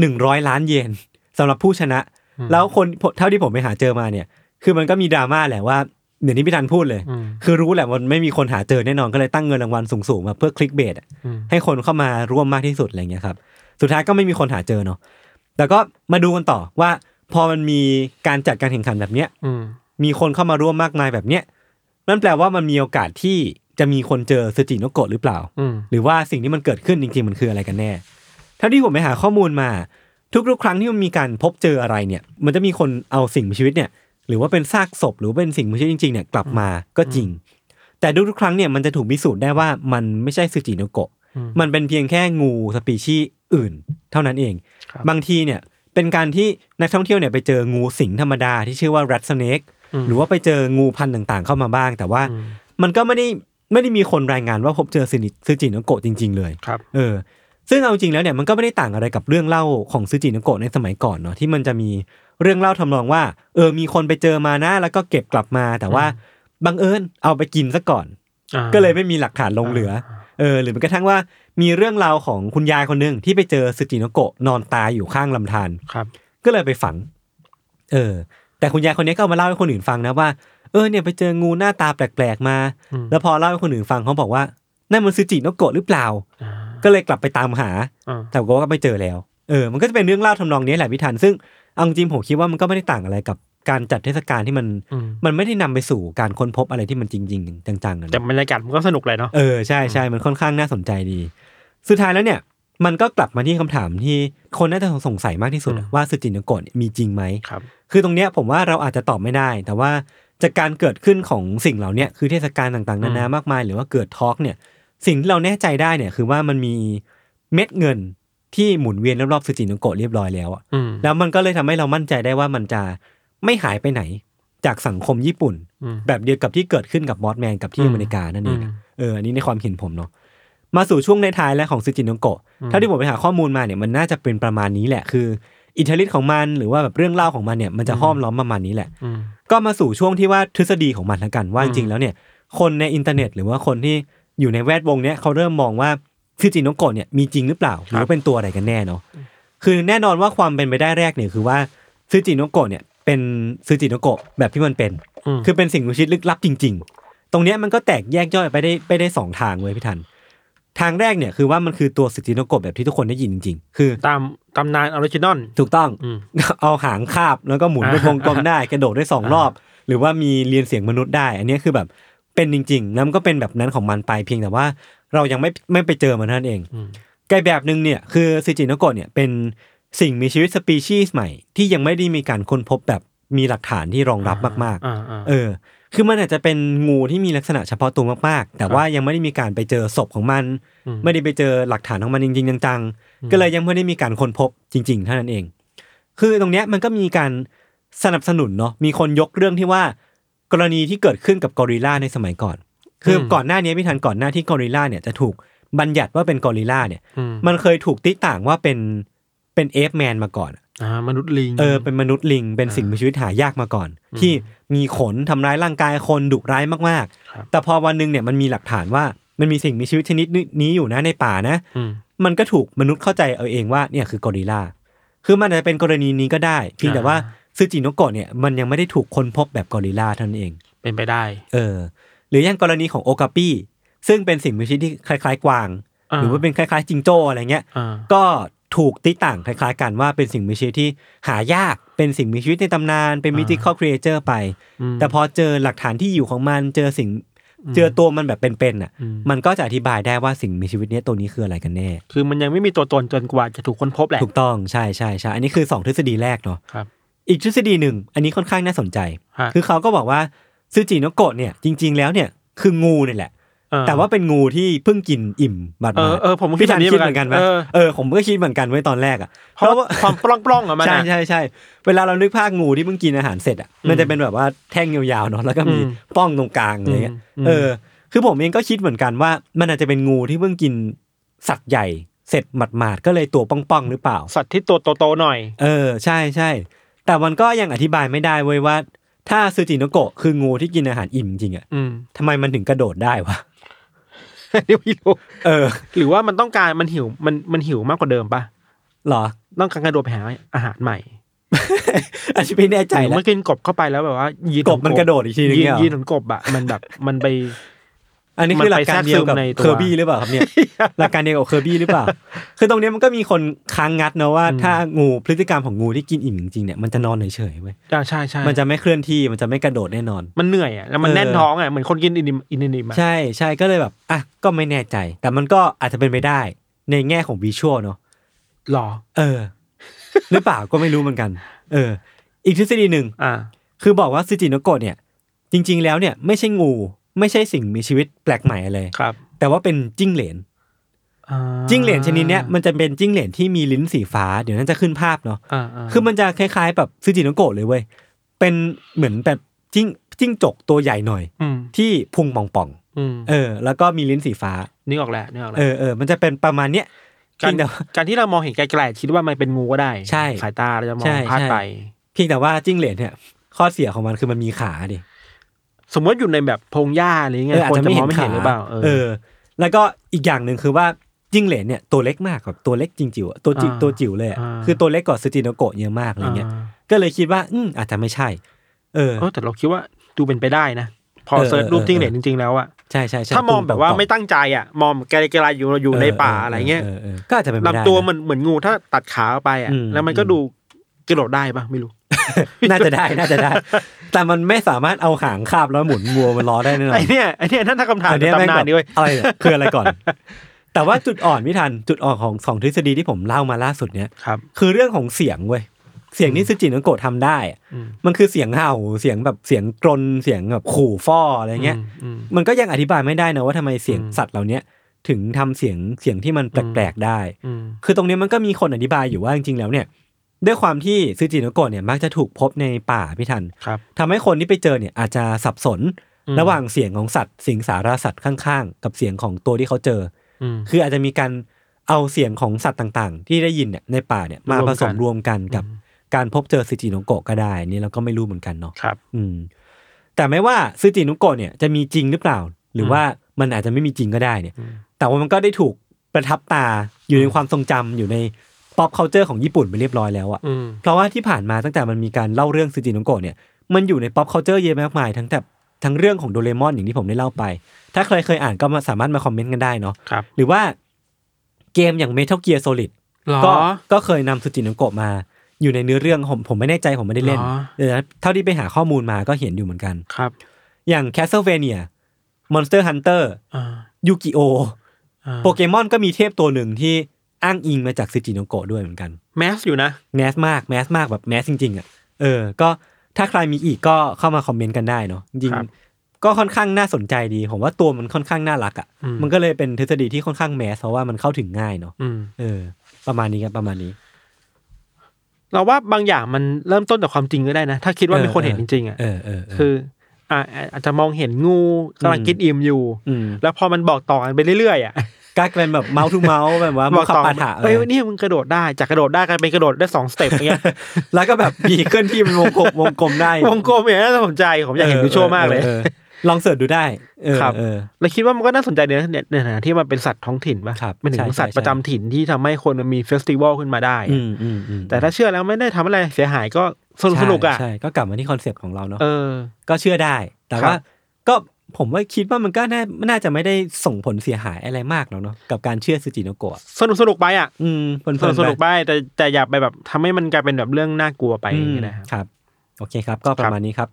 S1: หนึ่งร้อยล้านเยนสำหรับผู้ชนะ
S2: อืม
S1: แล้วคนเท่าที่ผมไปหาเจอมาเนี่ย คือมันก็มีดราม่าแหละว่าเหมือนที่พี่ธันพูดเลย
S2: อืม
S1: คือรู้แหละมันไม่มีคนหาเจอแน่นอนก็เลยตั้งเงินรางวัลสูงๆมาเพื่อคลิกเบสอะ
S2: อืม
S1: ให้คนเข้ามาร่วมมากที่สุดอะไรเงี้ยครับ สุดท้ายก็ไม่มีคนหาเจอเนาะ แต่ก็มาดูกันต่อว่าพอมันมีการจัดการแข่งขันแบบเนี้ย
S2: อืม
S1: มีคนเข้ามาร่วมมากมายแบบเนี้ย นั่นแปลว่ามันมีโอกาสที่จะมีคนเจอสจิโนโกะหรือเปล่า
S2: อืม
S1: หรือว่าสิ่งที่มันเกิดขึ้นจริงๆ มันคืออะไรกันแน่ เท่าที่ผมไปหาข้อมูลมา ทุกๆ ครั้งที่มันมีการพบเจออะไรเนี่ย มันจะมีคนเอาสิ่งมีชีวิตเนี่ย หรือว่าเป็นซากศพหรือว่าเป็นสิ่งมีชีวิตจริงๆ เนี่ยกลับมาก็จริง แต่ทุกๆ ครั้งเนี่ยมันจะถูกพิสูจน์ได้ว่ามันไม่ใช่ซูจิโนโกะ
S2: อืม
S1: มันเป็นเพียงแค่งูสปีชีส์อื่น เท่านั้นเอง
S2: ครับ
S1: บางทีเนี่ยเป็นการที่นักท่องเที่ยวเนี่ยไปเจองูสิงธรรมดาที่ชื่อว่า rat snake
S2: อืม
S1: หรือว่าไปเจองูพันธุ์ต่างๆ เข้ามาบ้าง แต่ว่า
S2: อืม
S1: มันก็ไม่ได้ไม่ได้มีคนรายงานว่าพบเจอซินิซูจิโนโกะจริง ๆ เลย
S2: ครับ
S1: เออ ซึ่งเอาจริงแล้วเนี่ยมันก็ไม่ได้ต่างอะไรกับเรื่องเล่าของซูจิโนโกะในสมัยก่อนเนาะที่มันจะมีเรื่องเล่าทำนองว่า เออมีคนไปเจอมานะแล้วก็เก็บกลับมา แต่ว่าบังเอิญเอาไปกินซะก่อน
S2: อ่า
S1: ก็เลยไม่มีหลักฐานหลงเหลือ เออหรือแม้กระทั่งว่ามีเรื่องราวของคุณยายคนหนึ่งที่ไปเจอสึจิโนโกะนอนตายอยู่ข้างลำธาร
S2: ครับ
S1: ก็เลยไปฝัง เออ แต่คุณยายคนนี้ก็เอามาเล่าให้คนอื่นฟังนะว่า เออเนี่ยไปเจองูหน้าตาแปลกๆมา
S2: อืม
S1: แล้วพอเล่าให้คนอื่นฟังเขาบอกว่านั่นมันสึจิโนโกะหรือเปล่า
S2: อ่า
S1: ก็เลยกลับไปตามหา
S2: อ่า
S1: แต่ก็ไม่เจอแล้ว เออ มันก็จะเป็นเรื่องเล่าทำนองนี้แหละพิธันซึ่งเอาจริงๆผมคิดว่ามันก็ไม่ได้ต่างอะไรกับการจัดเทศกาลที่มัน
S2: อืม
S1: มันไม่ได้นำไปสู่การค้นพบอะไรที่มันจริง ๆ จังๆกัน
S2: แต่บรรยากาศมันก็สนุกเลยเนาะ
S1: เออใช่ใช่มันค่อนข้างน่าสนใจดี สุดท้ายแล้วเนี่ยมันก็กลับมาที่คำถามที่คนน่าจะสงสัยมากที่สุดอะ
S2: อืม
S1: ว่าสุจินโกะเนี่ยมีจริงไหม
S2: ครับ
S1: คือตรงเนี้ยผมว่าเราอาจจะตอบไม่ได้ แต่ว่าจากการเกิดขึ้นของสิ่งเหล่าเนี้ยคือเทศกาลต่างๆนานามากมาย หรือว่าเกิดทอล์กเนี่ยสิ่งที่เราแน่ใจได้เนี่ยคือว่ามันมีเม็ดเงินที่หมุนเวียนรอบๆสุจินโกะเรียบร้อยแล้วอะ
S2: อืม
S1: แล้วมันก็เลยทำให้เรามั่นใจได้ว่ามันจะไม่หายไปไหน จากสังคมญี่ปุ่น
S2: อืม
S1: แบบเดียวกับที่เกิดขึ้นกับบอสแมนกับที่
S2: อืม
S1: อเมริกานั่นเองอะ
S2: อืม
S1: เอออันนี้ในความเห็นผมเนาะมาสู่ช่วงในท้ายแล้วของซูจิโนโกะ
S2: อืม
S1: เท่าที่ผมไปหาข้อมูลมาเนี่ยมันน่าจะเป็นประมาณนี้แหละ คือ อิทธิฤทธิ์ของมันหรือว่าแบบเรื่องเล่าของมันเนี่ยมันจะห้อมล้อมประมาณนี้แหละ
S2: อืม
S1: ก็มาสู่ช่วงที่ว่าทฤษฎีของมันละกันว่า
S2: อื
S1: จ
S2: ม
S1: ริงๆแล้วเนี่ย คนในอินเทอร์เน็ต หรือว่าคนที่อยู่ในแวดวงเนี้ยเขาเริ่มมองว่าซูจิโนโกะเนี่ยมีจริงหรือเปล่าหรือว่าเป็นตัวอะไรกันแน่เนาะคือแน่นอนว่าความเป็นไปได้แรกเนี่ยคือว่าซูจิโนโกะเนี่ยเป็นซูจิโนโกะแบบที่มันเป็น
S2: อืม
S1: คือเป็นสิ่งมีชีวิตลึกลับจริง ๆ ตรงเนี้ยมันก็แตกแยกย่อยไปได้ไปได้สองทางเว้ยพี่ทัน ทางแรกเนี่ยคือว่ามันคือตัวสจิโนโกะแบบที่ทุกคนได้ยินจริง ๆ คือ
S2: ตามตำนานออริจินอล
S1: ถูกต้อง
S2: อืม
S1: เอาหางคาบแล้วก็หมุนเป็น
S2: อ่าว
S1: งกลมได้กระโดดได้สองรอบ หรือว่ามีเรียนเสียงมนุษย์ได้ อันเนี้ยคือแบบเป็นจริงๆแล้วมันก็เป็นแบบนั้นของมันไปเพียงแต่ว่าเรายังไม่ไม่ไปเจอมันเท่านั่นเอง
S2: อืม
S1: ไกแบบหนึ่งเนี่ยคือสจิโนโกะเนี่ยเป็นสิ่งมีชีวิตสปีชีส์ใหม่ ที่ยังไม่ได้มีการค้นพบแบบมีหลักฐานที่รองรับมากๆ
S2: อ่าอ่า
S1: เออ คือมันอาจจะเป็นงูที่มีลักษณะเฉพาะตัวมากๆ แต่ว่ายังไม่ได้มีการไปเจอศพของมัน
S2: ม
S1: ไม่ได้ไปเจอหลักฐานของมันจริงๆจังๆ ก็เลยยังไม่ได้มีการค้นพบจริงๆเท่านั้นเอง คือตรงเนี้ยมันก็มีการสนับสนุนเนาะ มีคนยกเรื่องที่ว่า กรณีที่เกิดขึ้นกับกอริลลาในสมัยก่อน คืออ
S2: ม
S1: ก่อนหน้านี้พี่ทันก่อนหน้าที่กอริลลาเนี่ยจะถูกบัญญัติว่าเป็นกอริลลาเนี่ย
S2: อืม
S1: มันเคยถูกติต่างว่าเป็นเป็นเอฟแมนมาก่อน
S2: อ่ามนุษย์ลิง
S1: เออเป็นมนุษย์ลิงเป็นสิ่งมีชีวิตหายากมาก่อน
S2: อืม
S1: ที่มีขนทำร้ายร่างกายคนดุร้ายมาก
S2: ครับ
S1: ๆ แต่พอวันหนึงเนี่ยมันมีหลักฐานว่ามันมีสิ่งมีชีวิตชนิดนี้อยู่นะในป่านะ
S2: อืม
S1: มันก็ถูกมนุษย์เข้าใจเอาเองว่าเนี่ยคือกอริลลาคือมันอาจจะเป็นกรณีนี้ก็ได้เพียงแต่ว่าซูจิโนโกะเนี่ยมันยังไม่ได้ถูกค้นพบแบบกอริลลาเท่านั้นเอง
S2: เป็นไปได้
S1: เออ หรืออย่างกรณีของโอกาปี้ซึ่งเป็นสิ่งมีชีวิตที่คล้ายๆกวาง หรือว่าเป็นคล้ายๆจิงโจ้อะไรเงี้ย
S2: อ่า
S1: ก็ถูกติต่างคล้ายๆกันว่าเป็นสิ่งมีชีวิตที่หายากเป็นสิ่งมีชีวิตในตำนาน เป็นมิติคอครีเอเจอร์ไป
S2: อืม
S1: แต่พอเจอหลักฐานที่อยู่ของมันเจอสิ่ง
S2: อืม
S1: เจอตัวมันแบบเป็นๆอ่ะ
S2: อืม
S1: มันก็จะอธิบายได้ว่าสิ่งมีชีวิตเนี้ยตัวนี้คืออะไรกันแน่
S2: คือมันยังไม่มีตัวตนจนกว่าจะถูกค้นพบแหละ
S1: ถูกต้องใช่ใช่ใช่อันนี้คือ 2 ทฤษฎีแรกเนาะ
S2: ครับ
S1: อีกทฤษฎีหนึ่ง อันนี้ค่อนข้างน่าสนใจ
S2: ฮะ
S1: คือเขาก็บอกว่าซูจิโนโกะเนี่ยจริง ๆ แล้วเนี่ยคืองูนี่แหละ
S2: เออ
S1: แต่ว่าเป็นงูที่เพิ่งกินอิ่มบัด
S2: เอ
S1: มา
S2: อเออผมก็คิด
S1: พี่ทัน
S2: แบบนี้
S1: คิดเหมือนกันไหม
S2: เออ
S1: เออผมก็คิดเหมือนกันไว้ตอนแรกอ่ะ
S2: เพราะว่าความปล้องปล้องๆอะมัน
S1: ใช่
S2: อะ
S1: ใช่ใช่เวลาเรานึกภาพงูที่เพิ่งกินอาหารเสร็จอ่ะ
S2: อืม
S1: มันจะเป็นแบบว่าแท่งยาวๆเนาะแล้วก็มี
S2: อืม
S1: ป้องตรงกลางอะไรเงี้ย
S2: อืม
S1: เออ คือผมเองก็คิดเหมือนกันว่า มันอาจจะเป็นงูที่เพิ่งกินสัตว์ใหญ่เสร็จหมาดๆก็เลยตัวป้องๆหรือเปล่า
S2: สัตว์ที่ตัวโตๆหน่อย
S1: เออใช่ใช่ แต่มันก็ยังอธิบายไม่ได้เว้ยว่า ถ้าซูจิโนโกะคืองูที่กินอาหารอิ่มจริงอะ
S2: อืม
S1: ทำไมมันถึงกระโดดได้วะ
S2: นี่ไม่รู้
S1: เออ
S2: หรือว่ามันต้องการมันหิวมันมันหิวมากกว่าเดิมปะ
S1: เหรอ
S2: ต้องการกระโดดไปหาอาหารใหม่
S1: อันนี้ไม่แน่ใจ
S2: หรือ
S1: แล้ว
S2: มันกินกบเข้าไปแล้วแบบว่ายี
S1: กบมันกระโดดอีกทีนึง
S2: ยี
S1: เนี่ยเหรอ
S2: ยีนของกบอะมันแบบมันไป
S1: อันนี้คือหลักการเดียวกับ
S2: มันไปแทรกซึมในตัว
S1: เคอร์บี้หรือเปล่าครับเนี่ย หลักการเดียวกับเคอร์บี้หรือเปล่า คือตรงเนี้ยมันก็มีคนค้างงัดนะว่า
S2: อืม
S1: ถ้างูพฤติกรรมของงูที่กินอิ่มจริงๆเนี่ยมันจะนอนเฉยๆเว้ย
S2: อ่าใช่ใช่
S1: มันจะไม่เคลื่อนที่มันจะไม่กระโดดแน่นอน
S2: มันเหนื่อยอะแล้วมัน
S1: เออ
S2: แน่นท้องอะเหมือนคนกินอินิมอินิมอะ
S1: ใช่ใช่ก็เลยแบบอ่ะก็ไม่แน่ใจ แต่มันก็อาจจะเป็นไปได้ในแง่ของวิชวลเนาะ
S2: หรอ
S1: เออ หรือเปล่าก็ไม่รู้เหมือนกัน เออ อีกทฤษฎีหนึ่ง
S2: อ่า
S1: คือบอกว่าซูจิโนโกะเนี่ย จริง ๆ แล้วเนี่ยไม่ใช่งู ไม่ใช่สิ่งมีชีวิตแปลกใหม่อะไร
S2: ครับ
S1: แต่ว่าเป็นจิ้งเหลน
S2: อ่า
S1: จิ้งเหลนชนิดเนี้ยมันจะเป็นจิ้งเหลนที่มีลิ้นสีฟ้าเดี๋ยวน่าจะขึ้นภาพเนาะ
S2: อ่า
S1: คือมันจะคล้ายๆแบบซูจิโนโกะเลยเว้ยเป็นเหมือนแบบจิ้งจิ้งจกตัวใหญ่หน่อย
S2: อืม
S1: ที่พุงป่อง
S2: อืม
S1: ๆเออ แล้วก็มีลิ้นสีฟ้า
S2: นึกออกแล้วนึกออกแล้ว
S1: เออเออมันจะเป็นประมาณเนี้ยเพี
S2: การ
S1: ยงแต่ว่า
S2: การที่เรามองเห็นไกลๆคิดว่ามันเป็นงูก็ได้
S1: ใช่
S2: สายตาเราจะมอง
S1: ใช่
S2: พลาด
S1: ใช่
S2: ไป
S1: เพียงแต่ว่าจิ้งเหลนเนี่ย ข้อเสียของมันคือมันมีขาดิ
S2: สมมติอยู่ในแบบพงหญ้าอะไรเงี้ยคนจะมองไม่เห็นหรือเปล่า
S1: เออ แล้วก็อีกอย่างหนึ่งคือว่าจิ้งเหลนเนี่ยตัวเล็กมากแบบตัวเล็กจริงจิ๋วอะตัวจิ๋ว
S2: อ่า
S1: ตัวจิ๋วเลยอะ
S2: อ่า
S1: คือตัวเล็กกว่าซูจิโนโกะเยอะมากอะไรเงี้ย ก็เลยคิดว่า อืมอาจจะไม่ใช่ เออ
S2: เออแต่เราคิดว่าดูเป็นไปได้นะ พอ
S1: เออ
S2: เซิร์ช
S1: เออ
S2: รูป
S1: เออ
S2: จิ้งเหลนจริงๆแล้วอะ
S1: ใช่ใช่ใช่
S2: ถ้ามองแบบว่า
S1: ปุ่ๆ
S2: ไม่ตั้งใจอะมองไกลๆอยู่อยู่ในป่าอะไรเงี้ย
S1: ออก็อาจจะเป็นไปได้
S2: ลำตัว
S1: ะ
S2: มันเหมือนงูถ้าตัดขาออกไปอะ
S1: อืม
S2: แล้วมันก็ดูกระโดดได้ปะไม่รู้
S1: น่าจะได้ น่าจะได้ แต่มันไม่สามารถเอาหางคาบแล้วหมุนวัวมันล้อได้แน่นอ
S2: ไอน เนี่ยไอเนี่ยนั่นถ้าคำถาม
S1: อันเนี้ย
S2: ตำ
S1: แม่ง
S2: นาน
S1: แบบ
S2: นี่เว้ย
S1: อะไรเนี่ยคืออะไรก่อน แต่ว่าจุดอ่อนพี่ทันจุดอ่อนของสองทฤษฎีที่ผมเล่ามาล่าสุดเนี่ย
S2: ครับ
S1: คือเรื่องของเสียงเว้ยเสียงที่ซูจิโนโกะทำได้อะ
S2: อืม
S1: มันคือเสียงเห่าเสียงแบบเสียงกรนเสียงแบบขู่ฟ้ออะไรเงี้ย
S2: อืม
S1: มันก็ยังอธิบายไม่ได้นะว่าทำไมเสียง
S2: อืม
S1: สัตว์เหล่าเนี้ยถึงทำเสียงเสียงที่มันแปลกๆได้
S2: อืม
S1: คือตรงเนี้ยมันก็มีคนอธิบายอยู่ว่าจริงๆแล้วเนี่ย ด้วยความที่ซูจิโนโกะเนี่ยมักจะถูกพบในป่าพี่ทัน
S2: ครับ
S1: ทำให้คนที่ไปเจอเนี่ยอาจจะสับสน
S2: อืม
S1: ระหว่างเสียงของสัตว์สิงสารสัตว์ข้างๆ กับเสียงของตัวที่เขาเจอ
S2: อืม
S1: คืออาจจะมีการเอาเสียงของสัตว์ต่างๆ ที่ได้ยินเนี่ยในป่าเนี่ยมาร
S2: วม
S1: ผ
S2: กัน
S1: สมรวมกันกับ
S2: อืม
S1: การพบเจอซูจิโนโกะก็ได้อันนี่เราก็ไม่รู้เหมือนกันเนาะ
S2: ครับ
S1: อืม แต่ไม่ว่าซูจิโนโกะเนี่ยจะมีจริงหรือเปล่า หรือว่ามันอาจจะไม่มีจริงก็ได้เนี่ย
S2: อืม
S1: แต่ว่ามันก็ได้ถูกประทับตาอยู่ในความทรงจำอยู่ใน pop culture ของญี่ปุ่นไปเรียบร้อยแล้วอะ
S2: อืม
S1: เพราะว่าที่ผ่านมาตั้งแต่มันมีการเล่าเรื่องซูจิโนโกะเนี่ยมันอยู่ใน pop culture เยอะมากมายทั้งแต่ทั้งเรื่องของโดเรมอนอย่างที่ผมได้เล่าไป ถ้าใครเคยอ่านก็มาสามารถมาคอมเมนต์กันได้เนาะ
S2: ครับ
S1: หรือว่าเกมอย่าง Metal Gear Solid
S2: หรอ
S1: ก็ก็เคยนำสุจิโนโกะมา อยู่ในเนื้อเรื่องผมผมไม่แน่ใจผมไม่ได้เล่น
S2: หรอ
S1: เออเท่าที่ไปหาข้อมูลมาก็เห็นอยู่เหมือนกัน
S2: ครับ
S1: อย่าง Castlevania Monster Hunter
S2: อ่า
S1: ยูกิโอ
S2: อ่า
S1: โปเกมอนก็มีเทพตัวหนึ่งที่อ้างอิงมาจากซูจิโนโกะด้วยเหมือนกัน
S2: แมสอยู่นะ
S1: แมสมากแมสมากแบบแมสจริง ๆ อ่ะ เออ ก็ถ้าใครมีอีกก็เข้ามาคอมเมนต์กันได้เนาะจริงๆ
S2: ครับ
S1: ก็ค่อนข้างน่าสนใจดี ผมว่าตัวมันค่อนข้างน่ารักอ่ะ
S2: อืม
S1: มันก็เลยเป็นทฤษฎีที่ค่อนข้างแมสเพราะว่ามันเข้าถึงง่ายเนาะ
S2: อืม
S1: เออ ประมาณนี้ครับประมาณนี้
S2: เราว่าบางอย่างมันเริ่มต้นจากความจริงก็ได้นะ ถ้าคิดว่า
S1: เออ
S2: มีคนเห็นจริงๆอ่ะ
S1: เออเออเ
S2: คืออ่าอาจจะมองเห็นงูกำลังกินอิ่มอยู่
S1: ม
S2: แล้วพอมันบอกต่อกันไปเรื่อยๆอ่ะ
S1: กักเป็นแบบเมาส์ทูเมาส์แบบว่า
S2: บ
S1: มุ
S2: อก
S1: ข
S2: ต่อ
S1: ปาถะ
S2: เอ้ยเนี่ยมึงกระโดดได้จากกระโดดได้กลายเป็นกระโดดได้สองสเต็ปอย่างเงี้ย
S1: แล้วก็แบบ มีเคลื่อนที่เป็นวงกลมวงกลมได้
S2: วงกลมอย่างนี้ยน่าสนใจผมอยากเห็นวิชวลมากเลย
S1: ออออลองเสิร์ชดูได้เออ
S2: ครับ
S1: เออ
S2: เราคิดว่ามันก็น่าสนใจเนี่ยในในฐานะที่มันเป็นสัตว์ท้องถิ่นป่ะ
S1: ครับ
S2: มันถึ
S1: ใช่
S2: งสัตว์
S1: ใช่
S2: ประจำถิ่นที่ทำให้คนมันมีเฟสติวัลขึ้นมาได้
S1: อื
S2: อะ
S1: มอืมอืม
S2: แต่ถ้าเชื่อแล้วไม่ได้ทำอะไรเสียหายก็สนุกสนุกอ่ะ
S1: ใช่ใช่ก็กลับมาที่คอนเซปต์ของเราเนาะ
S2: เออ
S1: ก็เชื่อได้ แต่
S2: ครับ
S1: ว่าก็ผมว่าคิดว่ามันก็น่าน่าจะไม่ได้ส่งผลเสียหายอะไรมากหรอกเนาะกับการเชื่อซูจิโนโกะ
S2: สนุกสนุกไปอ่ะ
S1: อืมเพลิน
S2: สนุก
S1: ๆไป
S2: สนุกไปแต่แต่อย่าไปแบบทำให้มันกลายเป็นแบบเรื่องน่ากลัวไป
S1: อื
S2: อย่าง
S1: ม
S2: นี้นะครับ
S1: ครับ โอเคครับ ก็ป
S2: ครั
S1: ระ
S2: บ
S1: มาณนี้ครับ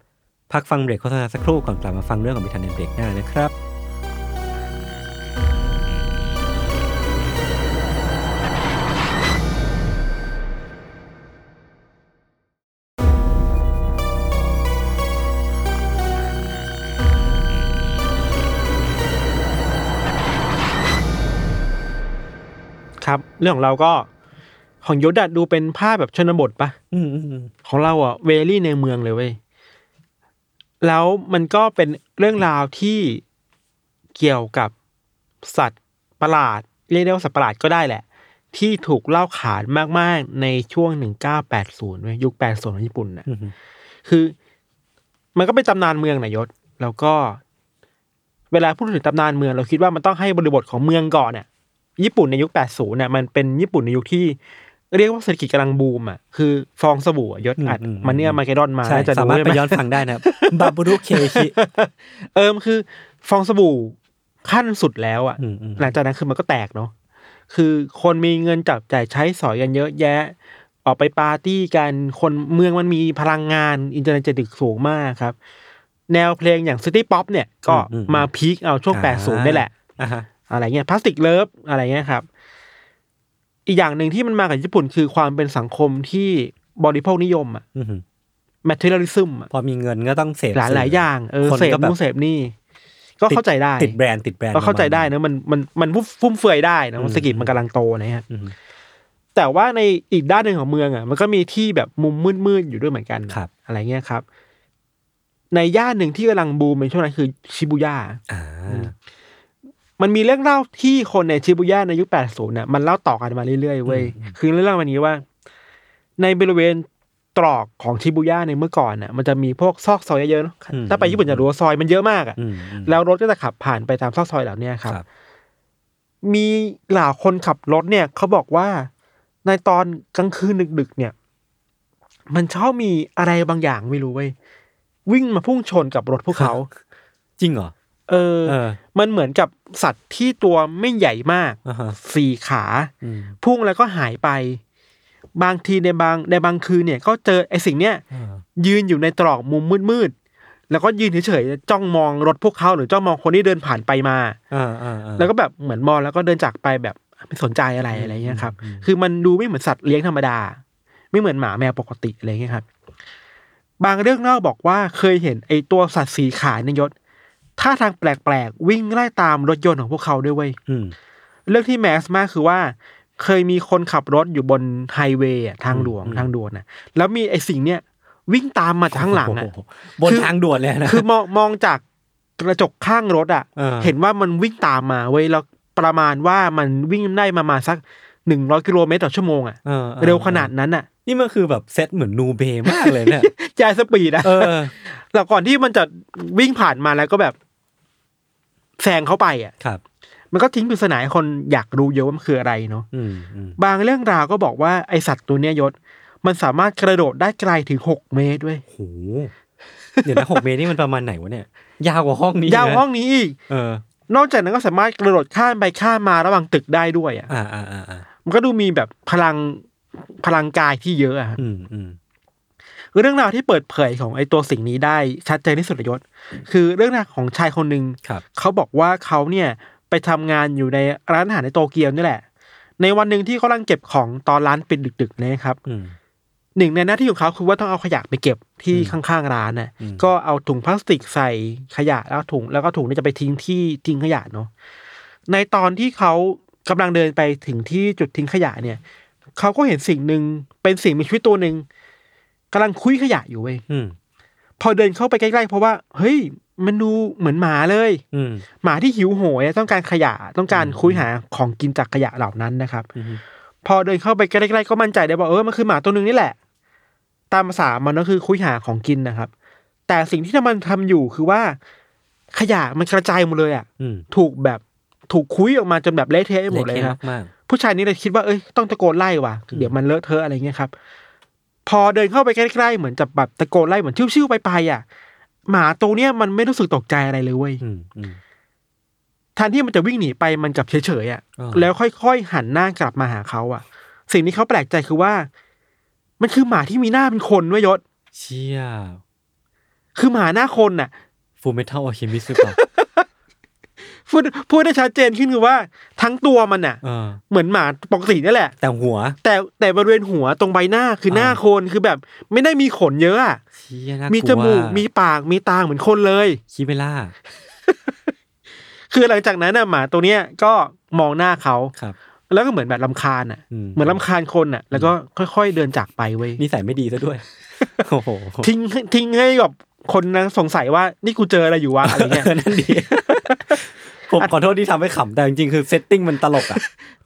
S1: พักฟังเบรกโฆษณาสักครู่ก่อนกลับมาฟังเรื่องของบิทันในเบรกหน้านะครับ
S2: ค ครับ เรื่องของเราก็ของยศอะดูเป็นภาพแบบชนบทปะ
S1: อืมอืมอืม
S2: ของเราอะเวลี่ในเมืองเลยเว้ย แล้วมันก็เป็นเรื่องราวที่เกี่ยวกับสัตว์ประหลาด เรียกได้ว่าสัตว์ประหลาดก็ได้แหละ ที่ถูกเล่าขานมาก ๆ ในช่วง 1980เว้ยยุค 80ของญี่ปุ่นน่ะ
S1: อืม
S2: คือมันก็เป็นตำนานเมืองนายศ แล้วก็ เวลาพูดถึงตำนานเมือง เราคิดว่ามันต้องให้บริบทของเมืองก่อนเนี่ยญี่ปุ่นในยุค 80เนี่ยมันเป็นญี่ปุ่นในยุคที่ เรียกว่าเศรษฐกิจกำลังบูมอ่ะคือฟองสบู่อะยศ
S1: อืม
S2: อัด
S1: อืม
S2: มันเนี่ยมาเกดอนมา
S1: ใช่
S2: น่าจะ
S1: สามารถไป
S2: ใช่ห
S1: ย้อนฟังได้นะครับ บาบูรุเค ชิ
S2: เออมันคือ ฟองสบู่ขั้นสุดแล้วอ่ะ
S1: อืมอืม
S2: หลังจากนั้นคือมันก็แตกเนาะ คือคนมีเงินจับจ่ายใช้สอยกันเยอะแยะ ออกไปปาร์ตี้กัน คนเมืองมันมีพลังงานอินเทอร์เน็ตติกสูงมากครับ แนวเพลงอย่างซิตี้ป๊อปเนี่ย ก็มาพีคเอาช่วง 80นี่แหละ
S1: อ่าฮะ
S2: อะไรเงี้ยพลาสติกเลิฟอะไรเงี้ยครับ อีกอย่างหนึ่งที่มันมากับญี่ปุ่นคือความเป็นสังคมที่บริโภคนิยมอะ
S1: อืมอืม
S2: materialism อะ
S1: พอมีเงินก็ต้องเสพ
S2: หลายหลาย
S1: สื่
S2: อย่างเออ
S1: คน
S2: เสพ
S1: ก็แบบ
S2: นู่นเสพนี่ ก็เข้าใจได้
S1: ติดแบรนด์ติดแบรนด์
S2: ก็เข้าใจได้
S1: ปรมณ
S2: นะมันมันมันฟุ่มเฟือยได้นะ
S1: อืม
S2: เศรษฐกิจมันกำลังโตนะฮะ
S1: อืม
S2: แต่ว่าในอีกด้านหนึ่งของเมืองอ่ะมันก็มีที่แบบมุมมืดๆอยู่ด้วยเหมือนกันนะครับ อะไรเงี้ยครับ ในย่านหนึ่งที่กำลังบูมในช่วงนั้นคือชิบูย่า
S1: อ่า
S2: อืม มันมีเรื่องเล่าที่คนในชิบูย่าในยุค 80เนี่ยมันเล่าต่อกันมาเรื่อยๆเว้ย
S1: อืม
S2: คือเรื่องเล่ามันนี้ว่า ในบริเวณตรอกของชิบูย่าในเมื่อก่อนน่ะมันจะมีพวกซอกซอยเยอะๆเนอะถ้าไปญี่ปุ่นจะรู้ว่าซอยมันเยอะมากอ่ะ
S1: อืมอืม
S2: แล้วรถก็จะขับผ่านไปตามซอกซอยเหล่าเนี้ยครับ
S1: ครับ
S2: มีเหล่าคนขับรถเนี่ยเขาบอกว่าในตอนกลางคืนดึกๆเนี่ย มันชอบมีอะไรบางอย่างไม่รู้เว้ยวิ่งมาพุ่งชนกับรถพวก เขา
S1: จริงเหรอ
S2: เออ
S1: เออ
S2: มันเหมือนกับสัตว์ที่ตัวไม่ใหญ่มาก
S1: อ่าฮะ
S2: สี่ขา
S1: อืม
S2: พุ่งแล้วก็หายไป บางทีในบางในบางคืนเนี่ย ก็เจอไอ้สิ่งเนี้ย
S1: อ่า
S2: ยืนอยู่ในตรอกมุมมืดๆ แล้วก็ยืนเฉยๆ จ้องมองรถพวกเขาหรือจ้องมองคนที่เดินผ่านไปมา
S1: อ่าอ่าอ่า
S2: แล้วก็แบบเหมือนมองแล้วก็เดินจากไปแบบไม่สนใจอะไรอะไรเงี้ยครับ
S1: อืม
S2: คือมันดูไม่เหมือนสัตว์เลี้ยงธรรมดา ไม่เหมือนหมาแมวปกติอะไรเงี้ยครับ บางเรื่องเล่าบอกว่าเคยเห็นไอ้ตัวสัตว์สีขานยศท่าทางแปลกๆ วิ่งไล่ตามรถยนต์ของพวกเขาด้วยเว้ย
S1: อืม
S2: เรื่องที่แมสมากคือว่า เคยมีคนขับรถอยู่บนไฮเวย์อะทางหลวง
S1: อืม
S2: ทางด่วนนะแล้วมีไอ้สิ่งเนี้ยวิ่งตามมาจากข้างหลังอะ
S1: โโบน
S2: คือ
S1: ทางด่วนเลยนะ
S2: คือมองมองจากกระจกข้างรถอ่ะ
S1: เออ
S2: เห็นว่ามันวิ่งตามมาเว้ยแล้วประมาณว่ามันวิ่งได้ประมาณสักหนึ่งร้อยกิโลเมตรต่อชั่วโมงอ่ะ
S1: ออออ
S2: เร็วขนาดนั้นอ่ะ
S1: นี่มันคือแบบเซตเหมือนนูเบมากเลย เนี่ย
S2: ยายสปีดอ่ะ
S1: เออ
S2: แล้วก่อนที่มันจะวิ่งผ่านมาแล้วก็แบบแซงเข้าไปอ่ะ
S1: ครับ
S2: มันก็ทิ้งปริศนาให้คนอยากรู้เยอะว่ามันคืออะไรเนาะ
S1: อืมอืม
S2: บางเรื่องราวก็บอกว่าไอสัตว์ตัวเนี้ยยศ มันสามารถกระโดดได้ไกลถึงหกเมตรด้วย
S1: โหเดี๋ยวนะหกเมตรนี่มันประมาณไหนวะเนี่ย ยาวกว่าห้องนี้
S2: ยาว
S1: นะ
S2: ห้องนี้อีก
S1: เออ
S2: นอกจากนั้นก็สามารถกระโดดข้ามไปข้ามมาระหว่างตึกได้ด้วยอ่ะ
S1: อ่าอ่าอ่าอ่า
S2: มันก็ดูมีแบบพลังพลังกายที่เยอะอะครับ
S1: อืมอืม
S2: เรื่องราวที่เปิดเผยของไอตัวสิ่งนี้ได้ชัดเจนที่สุดเลยยศ คือเรื่องราวของชายคนหนึ่ง
S1: ครับ
S2: เขาบอกว่าเขาเนี่ยไปทำงานอยู่ในร้านอาหารในโตเกียวนี่แหละ ในวันหนึ่งที่เขากำลังเก็บของตอนร้านปิดดึกๆนะครับ
S1: อืม
S2: หนึ่งในหน้าที่ของเขาคือว่าต้องเอาขยะไปเก็บที่
S1: อืม
S2: ข้างๆร้านน่ะ
S1: อืม
S2: ก็เอาถุงพลาสติกใส่ขยะแล้วถุงแล้วก็ถุงนี่จะไปทิ้งที่ทิ้งขยะเนาะ ในตอนที่เขากำลังเดินไปถึงที่จุดทิ้งขยะเนี่ย เขาก็เห็นสิ่งหนึ่งเป็นสิ่งมีชีวิตตัวหนึ่งกำลังคุยขยะอยู่เว้ย
S1: อืม
S2: พอเดินเข้าไปใกล้ๆเพราะว่า เฮ้ย มันดูเหมือนหมาเลย
S1: อืม
S2: หมาที่หิวโหยอะต้องการขยะต้องการคุยหาของกินจากขยะเหล่านั้นนะครับ
S1: อืม
S2: พอเดินเข้าไปใกล้ๆก็มั่นใจได้ว่าเออมันคือหมาตัวหนึ่งนี่แหละ ตามภาษามันก็คือคุยหาของกินนะครับ แต่สิ่งที่มันทำอยู่คือว่า ขยะมันกระจายหมดเลยอ่ะ
S1: อืม
S2: ถูกแบบถูกคุยออกมาจนแบบเละเทะไปหมดเลย
S1: ะ
S2: นะ
S1: ทะมาก
S2: ผู้ชายนี่เลยคิดว่าเอ้ยต้องตะโกนไล่ว่ะเดี๋ยวมันเลอะเทอะอะไรเงี้ยครับ พอเดินเข้าไปใกล้ๆเหมือนจะแบบตะโกนไล่เหมือนชิวๆไปๆอ่ะ หมาตัวเนี้ยมันไม่รู้สึกตกใจอะไรเลยเว้ย
S1: ๆอืมอืม
S2: แทนที่มันจะวิ่งหนีไปมันกลับเฉยๆอ่ะ
S1: อ่า
S2: แล้วค่อยๆ หันหน้ากลับมาหาเขาอ่ะ สิ่งที่เขาแปลกใจคือว่า มันคือหมาที่มีหน้าเป็นคนด้วยยศ
S1: เชี่ย
S2: คือหมาหน้าคนน่ะ
S1: ฟูเมทัลอะคิมิสก่ อน
S2: พูดพูดได้ชัดเจนขึ้นคือว่า ทั้งตัวมันน่ะ
S1: เออ
S2: เหมือนหมาปกตินี่แหละ
S1: แต่หัว
S2: แต่แต่บริเวณหัวตรงใบหน้าคือหน้า
S1: อ่า
S2: คนคือแบบ ไม่ได้มีขนเยอะอะ
S1: เชี่ยน่ากลัว
S2: มีจมูกมีปากมีตาเหมือนคนเลย
S1: คิเบล่า
S2: คือหลังจากนั้นน่ะหมาตัวเนี้ยก็มองหน้าเขา
S1: ครับ
S2: แล้วก็เหมือนแบบลำคาญอ่ะ
S1: อืม
S2: เหมือนลำคาญคนอ่ะ แล้วก็ค่อย ๆเดินจากไปเว้ย
S1: นิสัยไม่ดีซะด้วย โอ้โห
S2: ทิ้งทิ้งให้กับคนนะสงสัยว่านี่กูเจออะไรอยู่ว ะอะไรเงี้ย
S1: นั่นดี ผมขอโทษที่ทำให้ขำแต่จริงๆคือเซตติ้งมันตลกอ่ะ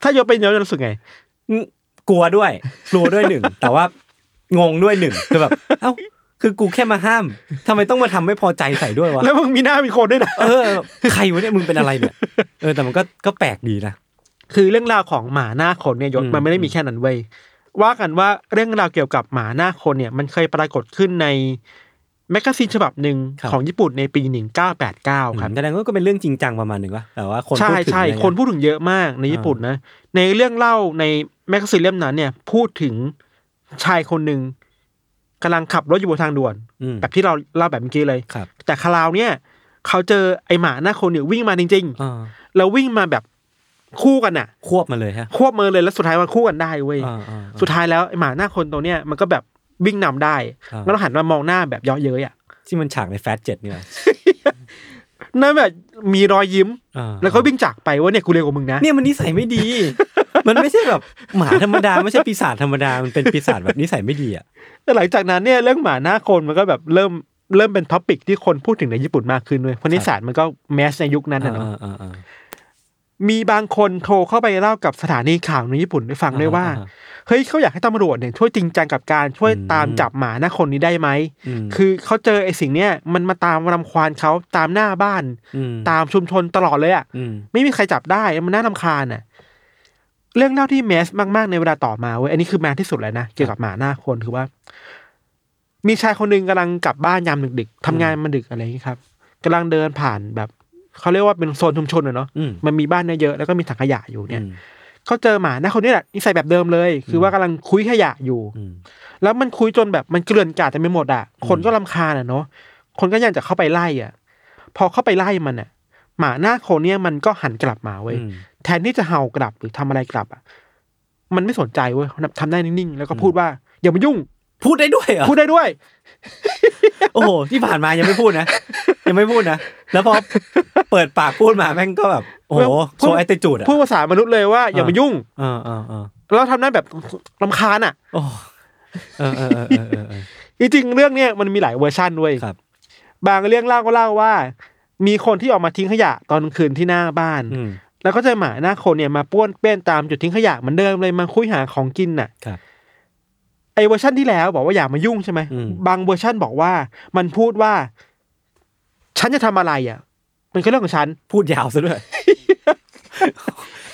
S2: ถ้ายศเป็นยศจะรู้สึกไง
S1: กลัวด้วย กลัวด้วยหนึ่ง แต่ว่างงด้วยหนึ่งคือแบบ เอ้า คือกูแค่มาห้ามทำไมต้องมาทำไม่พอใจใส่ด้วยวะ
S2: แล้วมึงมีหน้ามีคนด้วยนะ
S1: เออ ใครวะเนี่ยมึงเป็นอะไรเนี่ยเออแต่มันก็ก็แปลกดีนะ
S2: คือเรื่องราวของหมาหน้าคนเนี่ยยศ
S1: อืม
S2: มันไม่ได้มีแค่นั้นเว้ยว่ากันว่าเรื่องราวเกี่ยวกับหมาหน้าคนเนี่ย มันเคยปรากฏขึ้นในแมกกาซีนฉบับหนึ่งของญี่ปุ่นในปี 1989 ครับ
S1: แสดงว่าก็เป็นเรื่องจริงจังประมาณหนึ่งวะแต่ว่าคน
S2: ใช่
S1: พูดถึง
S2: ใช่
S1: อะไรเงี้ย
S2: คนพูดถึงเยอะมากในญี่ปุ่นนะ ในเรื่องเล่าในแมกกาซีนเล่มนั้นเนี่ย พูดถึงชายคนหนึ่งกำลังขับรถอยู่บนทางด่วน
S1: อืม
S2: แบบที่เราเล่าแบบเมื่อกี้เลย
S1: ครับ
S2: แต่คราวเนี่ย เขาเจอไอหมาหน้าคนเนี่ยวิ่งมาจริง
S1: อ่า
S2: ๆ แล้ววิ่งมาแบบคู่กันน่ะ
S1: ควบมาเลยฮะ
S2: ควบมือเลยแล้วสุดท้ายมันคู่กันได้เว้ย
S1: อ่าอ่าอ่า
S2: สุดท้ายแล้วไอ้หมาหน้าคนตัวเนี้ยมันก็แบบวิ่งนำได้
S1: อ่า
S2: แล้วเราหันมามองหน้าแบบเยาะเย้ยอ่ะ
S1: ที่มันฉากในแฟตเจ็ดเนี่ย
S2: หนั่นแบบมีรอยยิ้ม
S1: อ่า
S2: แล้วก็วิ่งจากไปว่าเนี่ยกูเร็วกว่ามึงนะ
S1: เนี่ยมันนิสัยไม่ดี มันไม่ใช่แบบหมาธรรมดาไม่ใช่ปีศาจธรรมดามันเป็นปีศาจแบบนิสัยไม่ดีอ่ะ
S2: แต่หลังจากนั้นเนี่ยเรื่องหมาหน้าคนมันก็แบบเริ่มเริ่มเป็นท็อปิกที่คนพูดถึงในญี่ปุ่นมากขึ้นเลยเพราะนิสัยมันก็แมสในยุคนั้นนะเนอะ
S1: อ่าอ่าอ่า
S2: มีบางคนโทรเข้าไปเล่ากับสถานีข่าวในญี่ปุ่นได้ฟังด้วยว่า
S1: อ่า
S2: เฮ้ยเขาอยากให้ตำรวจเนี่ยช่วยจริงจังกับการช่วย
S1: อืม
S2: ตามจับหมาหน้าคนนี้ได้ไหม
S1: อืม
S2: คือเขาเจอไอ้สิ่งเนี้ยมันมาตามรำควานเขาตามหน้าบ้าน
S1: ม
S2: ตามชุมชนตลอดเลยอ่ะ
S1: อืม
S2: ไม่มีใครจับได้ มันน่าลำคาญน่ะ เรื่องเล่าที่แมสมาก ๆ ในเวลาต่อมาเว้ย อันนี้คือแมสที่สุดแล้วนะ เกี่ยวกับหมาหน้าคนคือว่า มีชายคนหนึ่งกำลังกลับบ้านยามดึก ๆทำงานมันดึกอะไรอย่างนี้ครับกำลังเดินผ่านแบบเขาเรียกว่าเป็นโซนชุมชนอะเนาะ
S1: อืม
S2: มันมีบ้านเยอะๆแล้วก็มีถังขยะอยู่เนี่ย
S1: อืม
S2: เขาเจอหมาหน้าคนนี้แหละนิสัยแบบเดิมเลย คือว่ากำลังคุยขยะอยู่
S1: อืม
S2: แล้วมันคุยจนแบบมันเกลื่อนกลาดจะไม่หมดอ่ะ คนก็ลำคาญอ่ะเนาะ คนก็ยังจะเข้าไปไล่อ่ะ พอเข้าไปไล่มันอ่ะ หมาหน้าคนเนี่ยมันก็หันกลับมาเว้ย
S1: อืม
S2: แทนที่จะเห่ากลับหรือทำอะไรกลับอ่ะ มันไม่สนใจเว้ยทำได้นิ่งๆ แล้วก็พูดว่า อย่ามายุ่ง
S1: พูดได้ด้วยเหรอ
S2: พูดได้ด้วย
S1: โอ้โหที่ผ่านมายังไม่พูดนะ ยังไม่พูดนะ แล้วพอเปิดปากพูดมาแม่งก็แบบโอ้โห
S2: พู
S1: โช
S2: ด
S1: ว์ไอติจูดอ่ะ
S2: พูดภาษามนุษย์เลยว่า อย่ามายุ่ง
S1: เออเออเออ
S2: แล้วทำได้แบบลำคาญอ่ะ
S1: โอ้เออเออเออเออเออเออ
S2: จริงๆเรื่องเนี้ยมันมีหลายเวอร์ชันด้วย
S1: ครับ
S2: บางเรื่องเล่าก็เล่าว่า มีคนที่ออกมาทิ้งขยะตอนกลางคืนที่หน้าบ้าน
S1: อืม
S2: แล้วก็เจอหมาหน้าคนเนี่ยมาป้วนเปี้ยนตามจุดทิ้งขยะเหมือนเดิมเลยมาคุยหาของกินน่ะ
S1: ครับ
S2: ไอเวอร์ชันที่แล้วบอกว่าอย่ามายุ่งใช่ไหม
S1: อืม
S2: บางเวอร์ชันบอกว่า มันพูดว่า ฉันจะทำอะไรอ่ะ มันก็เรื่องของฉัน
S1: พูดยาวซะด้วย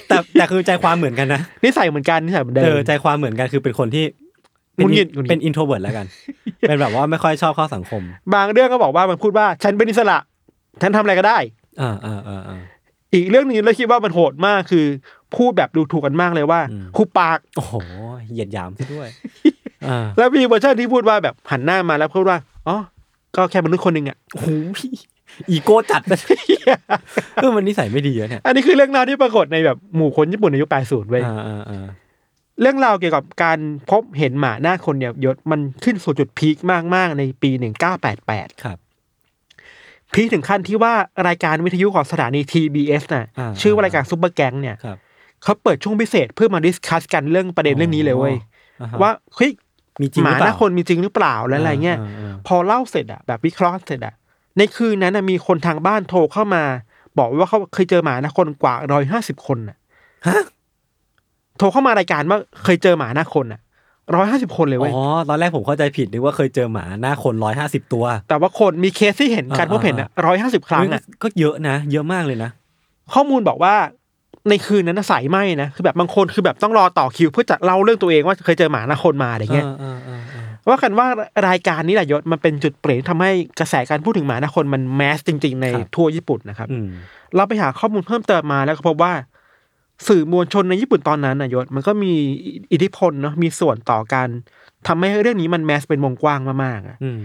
S1: แต่แต่คือใจความเหมือนกันนะ
S2: นิสัยเหมือนกันนิสัยเหมือนเดิ
S1: เออ
S2: ม
S1: ใจความเหมือนกันคือเป็นคนที่เป็
S2: หงุดหงิดหงุดหงิด
S1: เป็นอินโทรเวิร์ดแล้วกัน เป็นแบบว่าไม่ค่อยชอบเข้าสังคม
S2: บางเรื่องก็บอกว่ามันพูดว่า ฉันเป็นอิสระ ฉันทำอะไรก็ได้
S1: อ่าอ่าอ่าอ่า
S2: อีกเรื่องหนึงเราคิดว่ามันโหดมากคือ พูดแบบดูถูกกันมากเลยว่า
S1: อืม
S2: คูปาก
S1: โอ้โหเหยียดหยามซะด้วยอ่า
S2: แล้วมีเวอร์ชันที่พูดว่าแบบหันหน้ามาแล้วพูดว่าอ๋อก็แค่มนุษย์คนหนึ่งอ่ะ
S1: โอ้โหอีโก้จัดไปเออมันนิสัยไม่ดีอะเนี่ย
S2: อันนี้คือเรื่องราวที่ปรากฏในแบบหมู่คนญี่ปุ่นในยุค80เว้ย
S1: อ่าอ่าอ่า
S2: เรื่องราวเกี่ยวกับการพบเห็นหมาหน้าคนเนี่ยยศมันขึ้นสู่จุดพีคมาก ๆ ในปี 1988
S1: ครับ
S2: พีคถึงขั้นที่ว่ารายการวิทยุของสถานี TBS น่ะ
S1: อ่า
S2: ชื่อว่ารายการซุปเปอร์แก๊งเนี่ย
S1: ครับ
S2: เขาเปิดช่วงพิเศษเพื่อมาดิสคัสกันเรื่องประเด็นเรื่องนี้เลยเว้ย
S1: อ่ฮะ
S2: ว่าเฮ้ย
S1: มีจริง
S2: หมา
S1: รือเป
S2: ห
S1: ล่
S2: น้าคนมีจริงหรือเปล่าและอะไรเงี้ย
S1: าาา
S2: พอเล่าเสร็จอะแบบวิเคราะห์เสร็จอะในคืนนั้นน่ะมีคนทางบ้านโทรเข้ามา บอกว่าเขาเคยเจอหมาหน้าคนกว่าร้อยห้าสิบคนน่ะ
S1: ฮะ
S2: โทรเข้ามารายการว่าเคยเจอหมาหน้าคนน่ะร้อยห้าสิบคนเลยเว้ย
S1: อ๋อตอนแรกผมเข้าใจผิดนึกว่าเคยเจอหมาหน้าคนร้อยห้าสิบตัว
S2: แต่ว่าคนมีเคสที่เห็นการ
S1: อ่า
S2: พบเห็นอะ
S1: อ่า
S2: ร้อยห้าสิบครั้ง
S1: เฮ้
S2: อะ
S1: ยก็เยอะนะ เยอะมากเลยนะ
S2: ข้อมูลบอกว่าในคืนนั้นน่ะสายไหมนะคือแบบบางคนคือแบบต้องรอต่อคิว เพื่อจะเล่าเรื่องตัวเองว่าเคยเจอหมาหน้าคนมาอะไรเงี้ย
S1: เออเออเออ
S2: ว่ากันว่ารายการนี้แหละยศมันเป็นจุดเปลี่ยนที่ทำให้กระแสการพูดถึงหมาหน้าคนมันแมสจริง ๆ ในทั่วญี่ปุ่นนะครับ
S1: อืม
S2: เราไปหาข้อมูลเพิ่มเติมมาแล้วก็พบว่า สื่อมวลชนในญี่ปุ่นตอนนั้นนะยศมันก็มีอิทธิพลเนาะมีส่วนต่อการทำให้เรื่องนี้มันแมสเป็นวงกว้างมากๆอะ
S1: อืม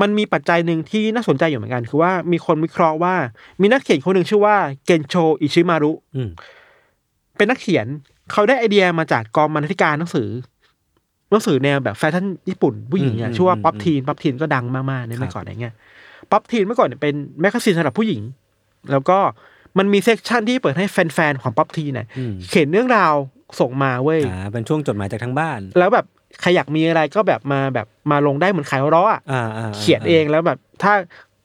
S2: มันมีปัจจัยหนึ่งที่น่าสนใจอยู่เหมือนกัน คือว่ามีคนวิเคราะห์ว่า มีนักเขียนคนหนึ่งชื่อว่าเกนโชอิชิมารุ
S1: อืม
S2: เป็นนักเขียนเขาได้ไอเดียมาจากกองบรรณาธิการหนังสือหนังสือแนวแบบแฟชั่นญี่ปุ่นผู้หญิงอ่ะชื่อว่าป๊อปทีนป๊อปทีนก็ดังมากๆในเมื่อก่อนอะไรเงี้ยป๊อปทีนเมื่อก่อนเนี่ยเป็นแมกกาซีนสำหรับผู้หญิง แล้วก็มันมีเซกชันที่เปิดให้แฟนๆของป๊อปทีนเนี่ย
S1: อืม
S2: เขียนเรื่องราว ส่งมาเว้ย
S1: อ่าเป็นช่วงจดหมายจากทางบ้าน
S2: แล้วแบบใครอยากมีอะไรก็แบบมาแบบมาลงได้เหมือนขายร้ออ่ะ
S1: อ่าอ่าา
S2: เขียนเองแล้วแบบ ถ้า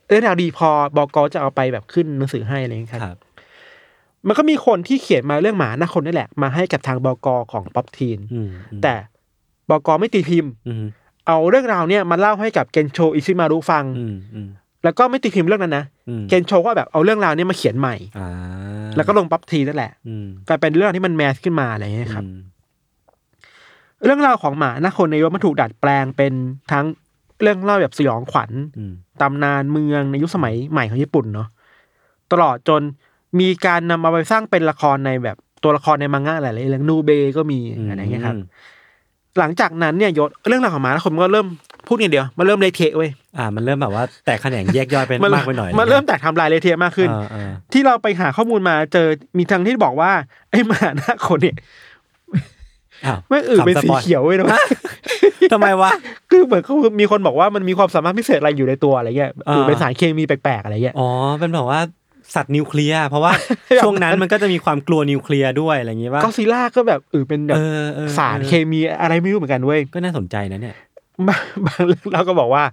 S2: เรื่องราวดีพอบอกจะเอาไปแบบขึ้นหนังสือให้อะไรอย่างเงี้ยครับ
S1: ครับ
S2: มันก็มีคนที่เขียนมาเรื่องหมาหน้าคนนี่แหละ มาให้กับทางบกของป๊อปทีน
S1: อืมอืม
S2: แต่บกไม่ตีพิมพ์
S1: อืม
S2: เอาเรื่องราวเนี่ยมาเล่าให้กับเกนโชอิชิมารุฟัง
S1: อืมอืม
S2: แล้วก็ไม่ตีพิมพ์เรื่องนั้นนะ
S1: อืม
S2: เกนโชก็แบบเอาเรื่องราวเนี่ยมาเขียนใหม่
S1: อ่า
S2: แล้วก็ลงป๊อปทีนนั่นแหละ
S1: อืม
S2: กลายเป็นเรื่องที่มันแมสขึ้นมาอะไรอย่างเงี้ยครับ
S1: อืม
S2: เรื่องราวของหมาหน้าคนในยศมันถูกดัดแปลงเป็นทั้งเรื่องเล่าแบบสยองขวัญ
S1: อืม
S2: ตำนานเมืองในยุคสมัยใหม่ของญี่ปุ่นเนาะตลอดจนมีการนำมาไปสร้างเป็นละครในแบบตัวละครในมังงะหลายๆเรื่องนูเบก็มีอะไรอย่างเงี้ยครับ หลังจากนั้นเนี่ยยศเรื่องราวของหมาแล้วคนก็เริ่มพูดอย่างเดียวมันเริ่มเละเทะเว้ย
S1: อ่า มันเริ่มแบบว่าแตกแขนงแยกย่อยเป็น
S2: มัน
S1: มากไปหน่อย
S2: มันเริ่มแตกไทำลายเละเทะมากขึ้น
S1: อ่าอ่า
S2: ที่เราไปหาข้อมูลมาเจอมีทางที่บอกว่า ไอ้หมาหน้าคนเนี่ย
S1: อ้าว
S2: ไม่งอื่นเป็น
S1: ทำ
S2: สี
S1: ปอ
S2: เขียวเว้ยนะ
S1: ทำไมวะ
S2: คือเหมือนเขามีคนบอกว่ามันมีความสามารถพิเศษอะไรอยู่ในตัวอะไรเงี้ย
S1: อ่า
S2: หรือเป็นสารเคมีแปลกๆอะไรเงี้ย
S1: อ๋อเป็นแบบว่าสัตว์นิวเคลียร์เพราะ ว่า
S2: แบบนั้น
S1: ช่วงนั้นมันก็จะมีความกลัวนิวเคลียร์ด้วยอะไรอย่างงี้ว่า
S2: ก็ซีล่าก็แบบเออเป็นแบบ
S1: เออเออ
S2: สารเคมีอะไรไม่รู้เหมือนกันเว้ย
S1: ก็น่าสนใจนะเนี่ย
S2: บาง บางเรื่องเราก็บอกว่า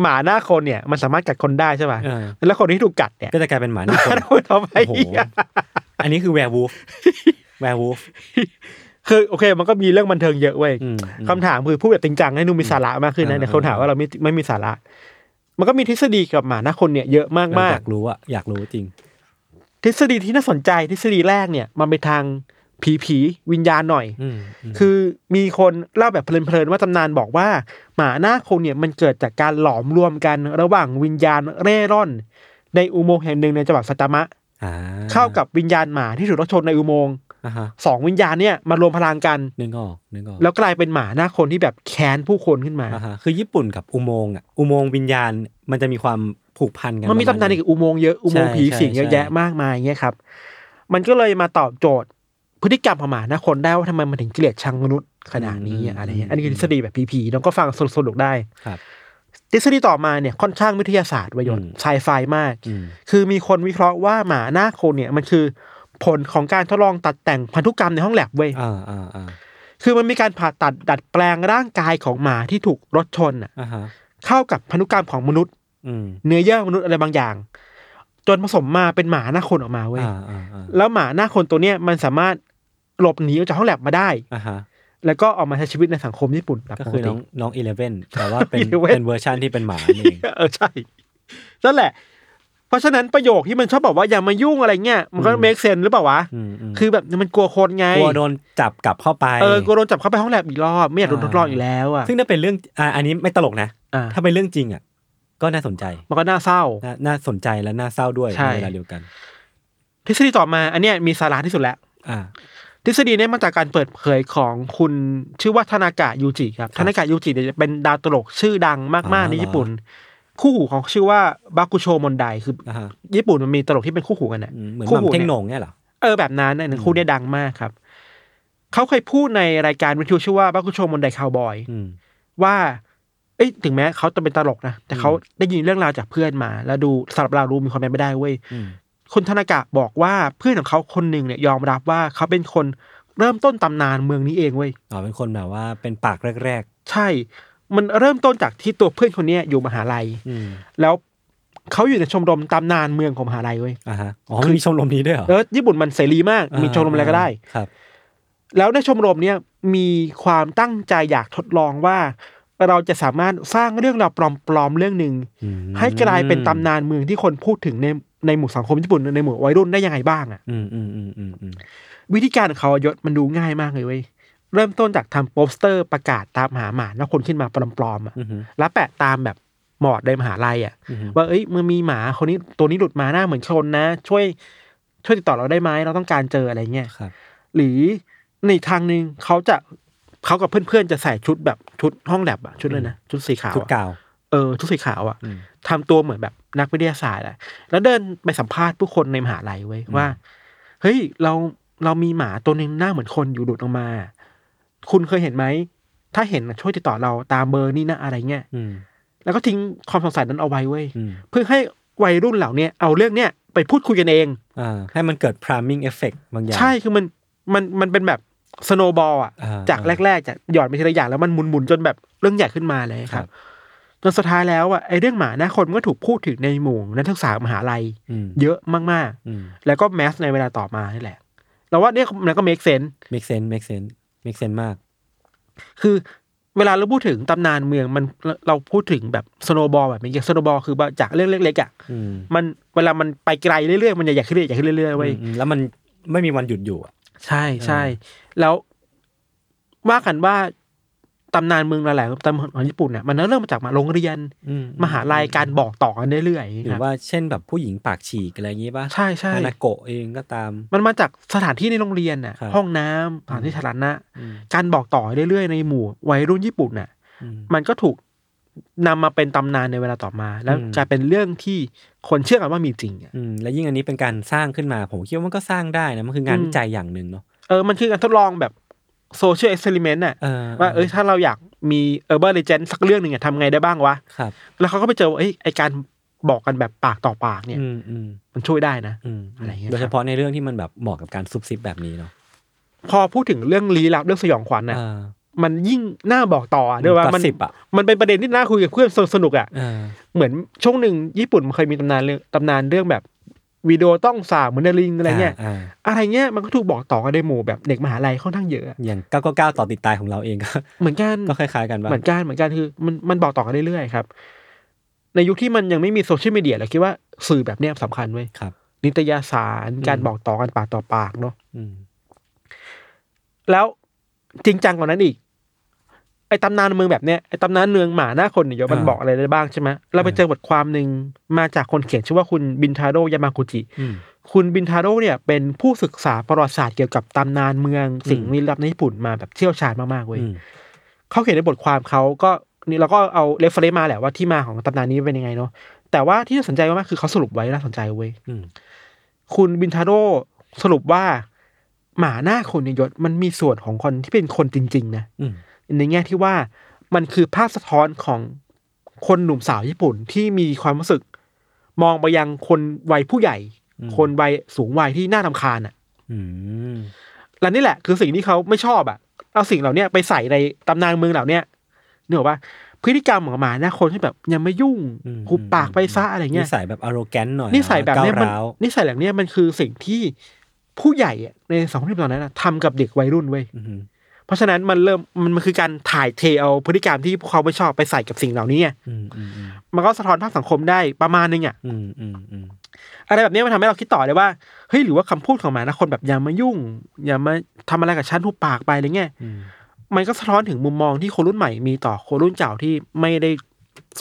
S2: หมาหน้าคนเนี่ย มันสามารถกัดคนได้ใช่ป่ะ
S1: เออ
S2: แล้วคนที่ถูกกัดเนี่ย
S1: ก็จะกลายเป็นหมาหน้าคน
S2: มันทำไม
S1: โอ้โห
S2: อีกอะ
S1: อันนี้คือแวร์วูฟแวร์วูฟ
S2: คือโอเค มันก็มีเรื่องบันเทิงเยอะเว้ย
S1: อืม
S2: คำถามคือพูดแบบจริงจังให้นูมีสาระมากขึ้นนะ
S1: อ่า
S2: เดี๋ยวคนหาว่าเราไม่ไม่มีสาระ มันก็มีทฤษฎีเกี่ยวกับหมาหน้าคนเนี่ยเยอะมาก
S1: เออ
S2: มา
S1: อก ยากรู้อะอยากรู้จริง
S2: ทฤษฎีที่น่าสนใจทฤษฎีแรกเนี่ย มันไปทางผีผีๆวิญญาณหน่อย
S1: อืมม
S2: คือมีคนเล่าแบบเพลินๆว่าตำนานบอกว่า หมาหน้าคงเนี่ยมันเกิดจากการหลอมรวมกันระหว่างวิญญาณเร่ร่อน ในอุโมงค์แห่งหนึ่งในจังหวัดสัตมะ
S1: า
S2: เข้ากับวิญญาณหมาที่ถูกรถชนในอุโมงค์
S1: อ่าฮะ
S2: สองวิญญาณเนี่ยมารวมพลังกัน
S1: นึกออกนึกออก
S2: แล้วกลายเป็นหมาหน้าคนที่แบบแค้นผู้คนขึ้นมา
S1: อ่าฮะคือญี่ปุ่นกับอุโมงค์อะอุโมงค์วิญญาณมันจะมีความผูกพันกัน
S2: มันมี
S1: ประณ
S2: ตำนานเกี่ยวกับอุโมงค์เยอะอุโมงค์ผีสิงเยอะ
S1: ใช่
S2: แยะมากมายอย่างเงี้ยครับมันก็เลยมาตอบโจทย์ พฤติกรรมของหมาหน้าคนได้ว่าทำไมมันถึงเกลียดชังมนุษย์ขนาดนี้อะอะไรเงี้ยอันนี้คือทฤษฎีแบบผีๆน้องก็ฟังสนุกๆได้
S1: ครับ
S2: ทฤษฎีต่อมาเนี่ยค่อนข้างวิทยาศาสตร์ประโยชน์
S1: อืม
S2: ไซไฟมาก
S1: อืม
S2: คือมีคนวิเคราะห์ว่าหมาหน้าโคนเนี่ยมันคือ ผลของการทดลองตัดแต่งพันธุกรรมในห้องแลบเว้ย
S1: อ่าอ่าอ่า
S2: คือมันมีการผ่าตัดดัดแปลงร่างกายของหมาที่ถูกรถชนน่ะ
S1: อ่าฮะ
S2: เข้ากับพันธุกรรมของมนุษย์
S1: อืม
S2: เนื้อเยื่อมนุษย์อะไรบางอย่าง จนผสมมาเป็นหมาหน้าโคนออกมาเว้ย
S1: อ่าอ่าอ่า
S2: แล้วหมาหน้าโคนตัวเนี้ยมันสามารถหลบหนีออกจากห้องแลบมาได้
S1: อ่าฮะ
S2: แล้วก็ออกมาใช้ชีวิตในสังคมญี่ปุ่นแบบ
S1: ก็
S2: ปก
S1: คือ
S2: ติ
S1: น้องน้องอีเลฟเว่นแต่ว่าเป็น
S2: Eleven
S1: เป็นเวอร์ชันที่เป็นหมานั่นเอง
S2: เออใช่นั่นแหละ เพราะฉะนั้นประโยคที่มันชอบบอกว่าอย่ามายุ่งอะไรเงี้ยมันก็เมคเซนหรือเปล่าวะ
S1: อืมอืม
S2: คือแบบมันกลัวคนไง
S1: กลัวโดนจับกลับเข้าไป
S2: เออกลัวโดนจับเข้าไปห้องแลบอีกรอบ ไม่อยากโดน
S1: อ่า
S2: ทดลองอีกแล้วอ่ะ
S1: ซึ่งถ้าเป็นเรื่องอ่าอันนี้ไม่ตลกนะ
S2: อ่า
S1: ถ้าเป็นเรื่องจริงอ่ะก็น่าสนใจ
S2: มันก็น่าเศร้า
S1: น่าน่าสนใจและน่าเศร้าด้วย
S2: ใช่
S1: ในเวลาเดียวกัน
S2: ทฤษฎีต่อมา อันเนี้ยมีสาระที่สุดแล้ว
S1: อ่า
S2: ทฤษฎีเนี้มาจากการเปิดเผยของคุณชื่อว่าธนากะยูจิครับ
S1: ครับ
S2: ธนากะยูจิเนี่ยเป็นดาวตลกชื่อดัง
S1: อ๋
S2: มา
S1: อก เหรอ
S2: ๆในญี่ปุ่น คู่หูของชื่อว่าบากุโชมอนไดคือ
S1: อ่าฮะ
S2: ญี่ปุ่นมันมีตลกที่เป็นคู่หูกันน่ะ
S1: อืมเหมือน
S2: คู่
S1: หมัม
S2: หู
S1: เท่ง
S2: ย
S1: โหนงเนี่ยเหรอ
S2: เออ แบบนั้นนะหนึ่งคู่เนี่ยดังมากครับ เขาเคยพูดในรายการวิทยุชื่อว่าบ้าคุณโชมนไดคาวบอย
S1: อืม
S2: ว่า เอ้ยถึงแม้เขาจะเป็นตลกนะ แต่เขา
S1: อืม
S2: ได้ยินเรื่องราวจากเพื่อนมา แล้วดูสำหรับเรารู้มีความเป็นไม่ได้เว้ย
S1: อืม
S2: คุณธนากะบอกว่าเพื่อนของเขาคนหนึ่งเนี่ยยอมรับว่าเขาเป็นคนเริ่มต้นตำนานเมืองนี้เองเว้ย
S1: อ๋อเป็นคนแบบว่าเป็นปากแรก
S2: ใช่ มันเริ่มต้นจากที่ตัวเพื่อนคนเนี้ยอยู่มหาลัย
S1: ๆอืม
S2: แล้วเขาอยู่ในชมรมตำนานเมืองของมหาลัยเว้ย
S1: อ่าฮะอ๋อ
S2: คือ
S1: มันมีชมรมนี้ด้วยเหรอ
S2: เออญี่ปุ่นมันเสรีมากมีชมรมอะไรก็ได้
S1: ครับ
S2: แล้วในชมรมเนี่ยมีความตั้งใจอยากทดลองว่า เราจะสามารถสร้างเรื่องราวปลอมๆเรื่องหนึ่ง
S1: อืม
S2: ให้กลายเป็นตำนานเมืองที่คนพูดถึงในในหมู่สังคมญี่ปุ่นในหมู่วัยรุ่นได้ยังไงบ้างอะ
S1: อืมอืมอืมอืมอืม
S2: วิธีการของเขายศมันดูง่ายมากเลยเว้ยเริ่มต้นจากทำโปสเตอร์ประกาศตามหาหมาแล้วคนขึ้นมาปลอมๆอะ
S1: อืม
S2: แล้วแปะตามแบบหมอดในมหาลัยอ่ะ
S1: อืม
S2: ว่าเอ้ยมันมีหมาคนนี้ตัวนี้หลุดมาหน้าเหมือนคนนะ ช่วย ช่วยติดต่อเราได้ไหมเราต้องการเจออะไรเงี้ย
S1: ครับ
S2: หรือในอีกทางหนึ่งเขาจะเขากับเพื่อนๆจะใส่ชุดแบบชุดห้องแลบอะชุดเลยนะชุดสีขาว
S1: ชุด
S2: อะ
S1: กาว
S2: เออชุดสีขาวอะ
S1: อืม
S2: ทำตัวเหมือนแบบนักวิทยาศาสตร์อะแล้วเดินไปสัมภาษณ์ผู้คนในมหาลัยไว้ยว่า เฮ้ยเราเรามีหมาตัวหนึ่งหน้าเหมือนคนอยู่หลุดออกมา คุณเคยเห็นไหม ถ้าเห็นน่ะช่วยติดต่อเราตามเบอร์นี่นะอะไรเงี้ย
S1: อืม
S2: แล้วก็ทิ้งความสงสัยนั้นเอาไว้เว้ย
S1: อืม
S2: เพื่อให้วัยรุ่นเหล่าเนี้ยเอาเรื่องเนี้ยไปพูดคุยกันเอง
S1: อ่าให้มันเกิด priming effect บางอย่าง
S2: ใช่คือมันมันมันเป็นแบบ สโนบอลอ่ะ
S1: อ่า
S2: จากแรก ๆ จากหยอดไปทีละอย่างแล้วมันหมุนๆจนแบบเรื่องใหญ่ขึ้นมาเลยค
S1: ครั
S2: รับ บจนสุดท้ายแล้วอ่ะไอ้เรื่องหมาหน้าคนมันก็ถูกพูดถึงในหมู่นักศึกษามหาลัย
S1: อืม
S2: เยอะมาก
S1: อืม
S2: ๆ แล้วก็แมสในเวลาต่อมานี่แหละเราว่าเนี่ยมันก็เมคเซน
S1: make sense make sense make sense มาก
S2: คือเวลาเราพูดถึงตำนานเมืองมันเราเราพูดถึงแบบสโนบอลแบบนี้อย่างสโนบอลคือว่าจากเรื่องเล็กๆอ่ะ
S1: อืม
S2: มันเวลามันไปไกลเรื่อยๆมันจะใหญ่ขึ้นเรื่อยๆใหญ่ขึ้นเรื่อยๆเว้ย
S1: อืมแล้วมันไม่มีวันหยุดอยู่อะ
S2: ใช่ใช่
S1: เออ
S2: แล้วว่ากันว่าตำนานเมืองหลายๆตำนานของญี่ปุ่นเนี่ยมันเริ่มมาจากมาโรงเรียน
S1: อื
S2: มหาลัยการบอกต่อกันเรื่อย
S1: ห
S2: ๆ
S1: รือ
S2: นะ
S1: ว่าเช่นแบบผู้หญิงปากฉีกอะไรอย่างงี้ป่ะ
S2: ใช่ใช่
S1: ฮานาโกะเองก็ตาม
S2: มันมาจากสถานที่ในโรงเรียนน่ะ
S1: ครับ
S2: ห้องน้ำสถานที่สาธารณะ
S1: อืม
S2: การบอกต่อเรื่อยๆในหมู่วัยรุ่นญี่ปุ่นน่ะ
S1: อืม
S2: มันก็ถูกนำมาเป็นตำนานในเวลาต่อมา แล้ว
S1: อืม
S2: กลายเป็นเรื่องที่คนเชื่อกันว่ามีจริงอะ
S1: อืมและยิ่งอันนี้เป็นการสร้างขึ้นมา ผมคิดว่ามันก็สร้างได้นะมันคืองาน
S2: อืม
S1: วิจัยอย่างหนึ่งเนาะ
S2: เออมันคือการทดลองแบบโซเชียลเอ็กซ์เพร์เมนต์น่ะ
S1: เออ
S2: ว่าเอ้ยถ้าเราอยากมีเออร์เบอร์เลเจนสักเรื่องหนึ่งอะทำไงได้บ้างวะ
S1: ครับ
S2: แล้วเขาก็ไปเจอว่าเอ้ยไอการบอกกันแบบปากต่อปากเนี่ย
S1: อืมอืม
S2: มันช่วยได้นะ
S1: อืม
S2: อะไรอย่างเงี้ย
S1: โดยเฉพาะในเรื่องที่มันแบบเหมาะกับการซุบซิบแบบนี้เนาะ
S2: พอพูดถึงเรื่องลี้ลับเรื่องสยองขวัญน่ะ
S1: เออ
S2: มันยิ่งน่าบอกต่ออะด้วยว่ามัน
S1: สิบอ่ะ
S2: มันเป็นประเด็นที่น่าคุยกับเพื่อนสนุกๆอ่ะ
S1: เออ
S2: เหมือนช่วงหนึ่งญี่ปุ่นมันเคยมีตำนานเรื่องตำนานเรื่องแบบวิดีโอต้องสาบเหมือนเดลิงอะไรเงี้ย
S1: า
S2: อะไรเงี้ยมันก็ถูกบอกต่อกันในหมู่แบบเด็กมหาลัยค่อนข้างเยอะอะ
S1: อย่างเก้าเก้าต่อติดตายของเราเองก็
S2: เหมือนกัน
S1: ก็คล้ายๆกันว่า
S2: เหมือนกันเหมือนกันคือมันมันบอกต่อกันเรื่อยๆครับ ในยุคที่มันยังไม่มีโซเชียลมีเดียเราคิดว่าสื่อแบบเนี้ยสำคัญเว้ย
S1: ครับ
S2: นิตยสารการ
S1: อืม
S2: บอกต่อกันปากต่อปากเนาะ
S1: อืม
S2: แล้วจริงจังกว่านั้นอีก ไอ้ตำนานเมืองแบบเนี้ยไอ้ตำนานเมืองหมาหน้าคนเนี่ยเดี๋ยวมันบอกอะไรได้บ้างใช่ไหมเราไปเจอบทความหนึ่งมาจากคนเขียนชื่อว่าคุณบินทาโร่ยามากุจิ
S1: อืม
S2: คุณบินทาโร่เนี่ยเป็นผู้ศึกษาประวัติศาสตร์เกี่ยวกับตำนานเมืองสิ่ง
S1: อืม
S2: ลี้ลับในญี่ปุ่นมาแบบเชี่ยวชาญมากๆเว้ย
S1: อืม
S2: เขาเขียนในบทความเขาก็นี่เราก็เอาเรฟเฟรมาแหละว่าที่มาของตำนานนี้เป็นยังไงเนาะแต่ว่าที่น่าสนใจมากๆคือเขาสรุปไว้น่าสนใจเว้ย
S1: อืม
S2: คุณบินทาโร่สรุปว่า หมาหน้าคนในยยศมันมีส่วนของคนที่เป็นคนจริง ๆ นะ
S1: อืม
S2: ในแง่ที่ว่ามันคือภาพสะท้อนของคนหนุ่มสาวญี่ปุ่นที่มีความรู้สึก มองไปยังคนวัยผู้ใหญ่ คนวัยสูงวัยที่น่ารำคาญอ่ะ
S1: อืม
S2: และนี่แหละคือสิ่งที่เขาไม่ชอบอ่ะเอาสิ่งเหล่าเนี้ยไปใส่ในตำนานเมืองเหล่าเนี้ยนึกออกปะพฤติกรรมของหมาหน้าคนที่แบบยังไม่ยุ่ง
S1: อืม
S2: หุบปากไปซะอะไรเงี้ย
S1: นิสัยแบบ arrogant หน่อย
S2: นิสัยแบบเนี้ยมัน
S1: ก้าวร้าว
S2: นิสัยแบบเนี้ยมันคือสิ่งที่ผู้ใหญ่อะในสองทีมตอนนั้นอะทำกับเด็กวัยรุ่นเว้ย
S1: อืม
S2: เพราะฉะนั้นมันเริ่มมันมันคือการถ่ายเทเอาพฤติกรรมที่พวกเขาไม่ชอบไปใส่กับสิ่งเหล่านี้ไง
S1: อืมอืมอืม
S2: มันก็สะท้อนภาพสังคมได้ประมาณนึงอะ
S1: อืมอืมอืม
S2: อะไรแบบเนี้ยมันทำให้เราคิดต่อเลยว่าเฮ้ยหรือว่าคำพูดของหมานะคนแบบอย่ามายุ่ง อย่ามาทำอะไรกับฉันหุบปากไปอะไรเงี้ย
S1: อืม
S2: มันก็สะท้อนถึงมุมมองที่คนรุ่นใหม่มีต่อคนรุ่นเก่าที่ไม่ได้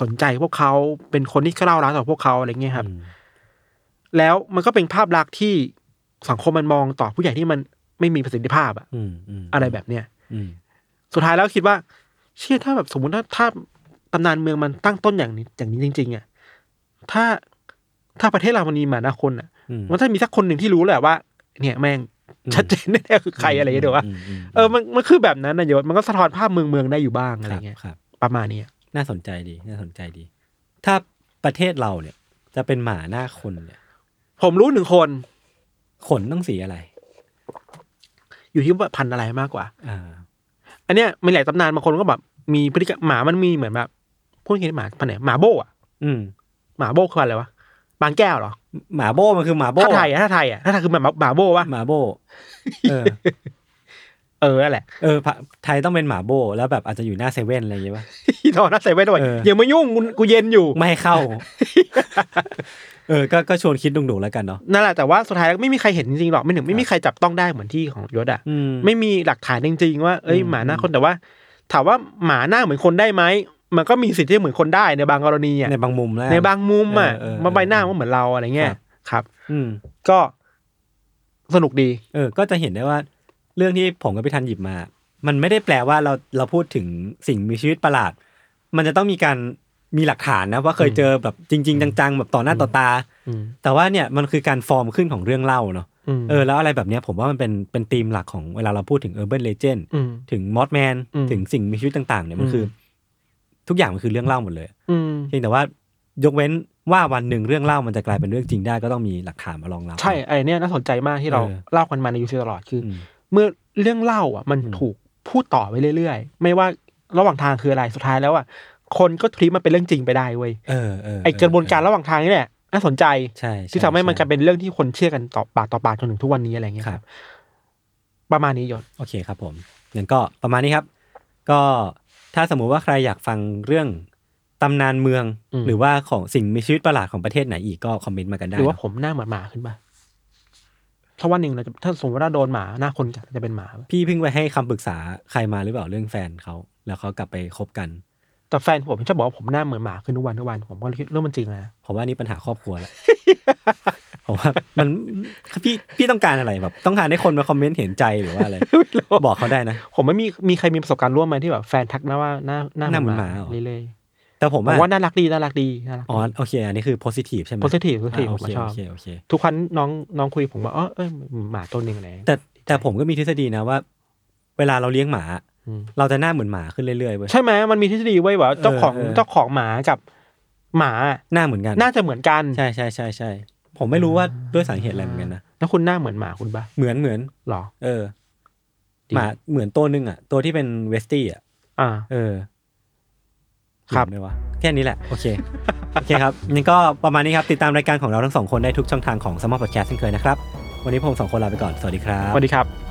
S2: สนใจพวกเขาเป็นคนที่ก้าวร้าวต่อพวกเขาอะไรเงี้ยครับ
S1: อืม
S2: แล้วมันก็เป็นภาพลักษณ์ที่สังคมมันมองต่อผู้ใหญ่ที่มันไม่มีประสิทธิภาพอะ
S1: อืมอืม
S2: อะไรแบบเนี้ย
S1: อืม
S2: สุดท้ายแล้วคิดว่า เชื่อถ้าแบบสมมติถ้าถ้าตำนานเมืองมันตั้งต้นอย่างนี้อย่างนี้จริง ๆอะถ้าถ้าประเทศเรามันมีหมาหนาคนอะ
S1: อืม
S2: มันจะมีสักคนหนึ่งที่รู้แหละว่า เนี่ยแม่ง
S1: อืม
S2: ชัดเจนแน่ๆคือใครอะไรอย่างเงี้ยเดี๋ยววะ
S1: มม
S2: เออมันมันคือแบบนั้นนะยศมันก็สะท้อนภาพเมืองเมืองๆได้อยู่บ้าง
S1: ค
S2: อะไร
S1: รับ
S2: เงี้ย
S1: ครับ
S2: ประมาณเนี้ย
S1: น่าสนใจดี น่าสนใจดี ถ้าประเทศเราเนี่ย จะเป็นหมาหน้าคนเนี่ย
S2: ผมรู้หนึ่งคน
S1: ขนต้องสีอะไร
S2: อยู่ที่ว่าพันธุ์อะไรมากกว่า
S1: อ่า
S2: อันเนี้ยมันหลายตำนานบางคนก็แบบมีพฤติกรรมหมามันมีเหมือนแบบพูดง่ายๆหมาพันธุ์ไหนหมาโบ้อะ
S1: อืม
S2: หมาโบ้คืออะไรวะบางแก้วเหรอ
S1: หมาโบ้มันคือหมาโบ้
S2: ถ้าไทยอะถ้าไทยอะถ้าไทยคือหมาหมาโบ้วะ
S1: หมาโบ้เออ
S2: เออนั่นแหละ
S1: เออพะไทยต้องเป็นหมาโบ้แล้วแบบอาจจะอยู่หน้าเซเว่นอะไรอย่างเงี้ยป่ะ
S2: ที่ทอนัดใส่ไว้ด้วย
S1: เอออ
S2: อย่ามายุ่งกูกูเย็นอยู่
S1: ไม่ให้ เข้า เออ ก็ก็ชวนคิดดุงๆแล้วกันเนาะ
S2: นั่นแหละแต่ว่าสุดท้ายแล้วไม่มีใครเห็นจริงๆหรอกไม่ถึงไม่มีใครจับต้องได้เหมือนที่ของยศอะ
S1: อืม
S2: ไม่มีหลักฐานจริงๆว่าเอ้ย
S1: อืม
S2: หมาหน้าคนแต่ว่า ถามว่าหมาหน้าเหมือนคนได้ไหมมันก็มีสิทธิ์ที่จะเหมือนคนได้ในบางกรณีอะ
S1: ในบางมุมแล้ว
S2: ในบางมุมอะ
S1: เออเออเออ
S2: มาใบหน้ามันเหมือนเราอะไรเงี้
S1: ค
S2: ย
S1: รับ
S2: ครับ
S1: อืม
S2: ก็สนุกดี
S1: เออ ก็จะเห็นได้ว่าเรื่องที่ผมกับพี่ทันหยิบมา มันไม่ได้แปลว่าเราเราพูดถึงสิ่งมีชีวิตประหลาด มันจะต้องมีการมีหลักฐานนะว่าเคยเจอแบบจริง ๆ จังๆ แบบต่อหน้าต่อตา
S2: อืม
S1: แต่ว่าเนี่ยมันคือการฟอร์มขึ้นของเรื่องเล่าเนาะ
S2: ม
S1: เออแล้วอะไรแบบเนี้ยผมว่ามันเป็นเป็นธีมหลักของเวลาเราพูดถึง Urban Legend
S2: อืม
S1: ถึงมอสแมน
S2: อืม
S1: ถึงสิ่งมีชีวิตต่างๆเนี่ยมัน
S2: อืม
S1: คือ ทุกอย่างมันคือเรื่องเล่าหมดเลย
S2: อืม
S1: เพียงแต่ว่ายกเว้นว่าวันหนึ่งเรื่องเล่ามันจะกลายเป็นเรื่องจริงได้ก็ต้องมีหลักฐานมารองรับ
S2: ใช่ไอเนี้ยน่าสนใจมากที่เรา
S1: เออ
S2: เล่ากันมาในยูซีตลอดคือ
S1: อื
S2: อ
S1: ม
S2: เมื่อเรื่องเล่าอ่ะ มัน
S1: อืม
S2: ถูกพูดต่อไปเรื่อยๆ ไม่ว่าระหว่างทางคืออะไรสุดท้ายแล้วอ่ะคนก็ทรีตมันเป็นเรื่องจริงไปได้เว้ย
S1: เออเออ
S2: ไอกระบวนการระหว่างทางนี่แหละน่าสนใจ
S1: ใช่
S2: ที่ทำให้มันกลาย
S1: ใช่
S2: เป็นเรื่องที่คนเชื่อกันต่อปากต่อปากจนถึงทุกวันนี้อะไรเงี้ยครับ ประมาณนี้ยศ
S1: โอเคครับผมงั้นก็ประมาณนี้ครับ ก็ถ้าสมมุติว่าใครอยากฟังเรื่องตำนานเมือง หรือว่าของสิ่งมีชีวิตประหลาดของประเทศไหนอีกก็คอมเมนต์มากันได้
S2: หรือว่า
S1: เนะ
S2: ผมหน้าเหมือนหมาขึ้นมาถ้าวันหนึ่งเราจะถ้าสมมติว่าเราโดนหมาหน้าคนกัดเราจะเป็นหมาปะ
S1: พี่เพิ่งไปให้คำปรึกษาใครมาหรือเปล่าเรื่องแฟนเขา แล้วเขากลับไปคบกัน
S2: แต่แฟนผมชอบบอกว่าผมหน้าเหมือนหมาขึ้นทุกวันทุกวันผมก็เลยคิดเรื่องมันจริงนะ
S1: เพราะว่านี่ปัญหาครอบครัว แล้ว ผมว่ามันพี่พี่ต้องการอะไรแบบ ต้องการให้คนมาคอมเมนต์เห็นใจหรือว่าอะไร บอกเขาได้นะ
S2: ผมไม่มีมีใครมีประสบการณ์ร่วมไหมที่แบบแฟนทักนะว่าหน้าหน้า
S1: หน้าเหมือนหมา
S2: เ
S1: เหรอ
S2: เรื่อย
S1: แต่ผม
S2: ๆผ
S1: ว่าม
S2: ว่าน่ารักดีน่ารักดีน่ารัก
S1: อ๋อโอเค อันนี้คือ positive ใช่ไหม
S2: โพสิทีฟโพสิทีฟ
S1: อ่า
S2: ผ
S1: โอ
S2: ม
S1: เค
S2: ก็ชอ
S1: โอบ เคโอเค
S2: ทุกครั้งน้องน้องคุยผมว่าเออเอ้ยหมาตัวหนึ่งอะไร
S1: แต่แต่ผมก็มีทฤษฎีนะว่า เวลาเราเลี้ยงหมา
S2: อืม
S1: เราจะหน้าเหมือนหมาขึ้นเรื่อยๆเว้ย
S2: ใช่ไหมมันมีทฤษฎีไว้ว่าเจ้าของ
S1: เออ
S2: เจ้าของหมากับหมา
S1: หน้าเหมือนกัน
S2: น่าจะเหมือนกัน
S1: ใช่ใช่ใช่ใช่ผมไม่รู้ว่าด้วยสาเหตุอะไรเหมือนกันนะ
S2: แล้วคุณหน้าเหมือนหมาคุณปะ
S1: เหมือนเหมือน
S2: หรอ
S1: เออ
S2: จริง
S1: หมาเหมือนตัวหนึ่งอ่ะ ตัวที่เป็นเวสตี้อ่ะ
S2: อ่า
S1: เออ
S2: ครับ
S1: เห็นไหมวะแค่นี้แหละ โอเค โอเคครับนี่ก็ประมาณนี้ครับ ติดตามรายการของเราทั้งสองคนได้ทุกช่องทางของสมอลพอดแคสต์เช่นเคยนะครับ วันนี้ผมสองคนลาไปก่อน สวัสดีครับ
S2: สวัสดีครับ
S3: ส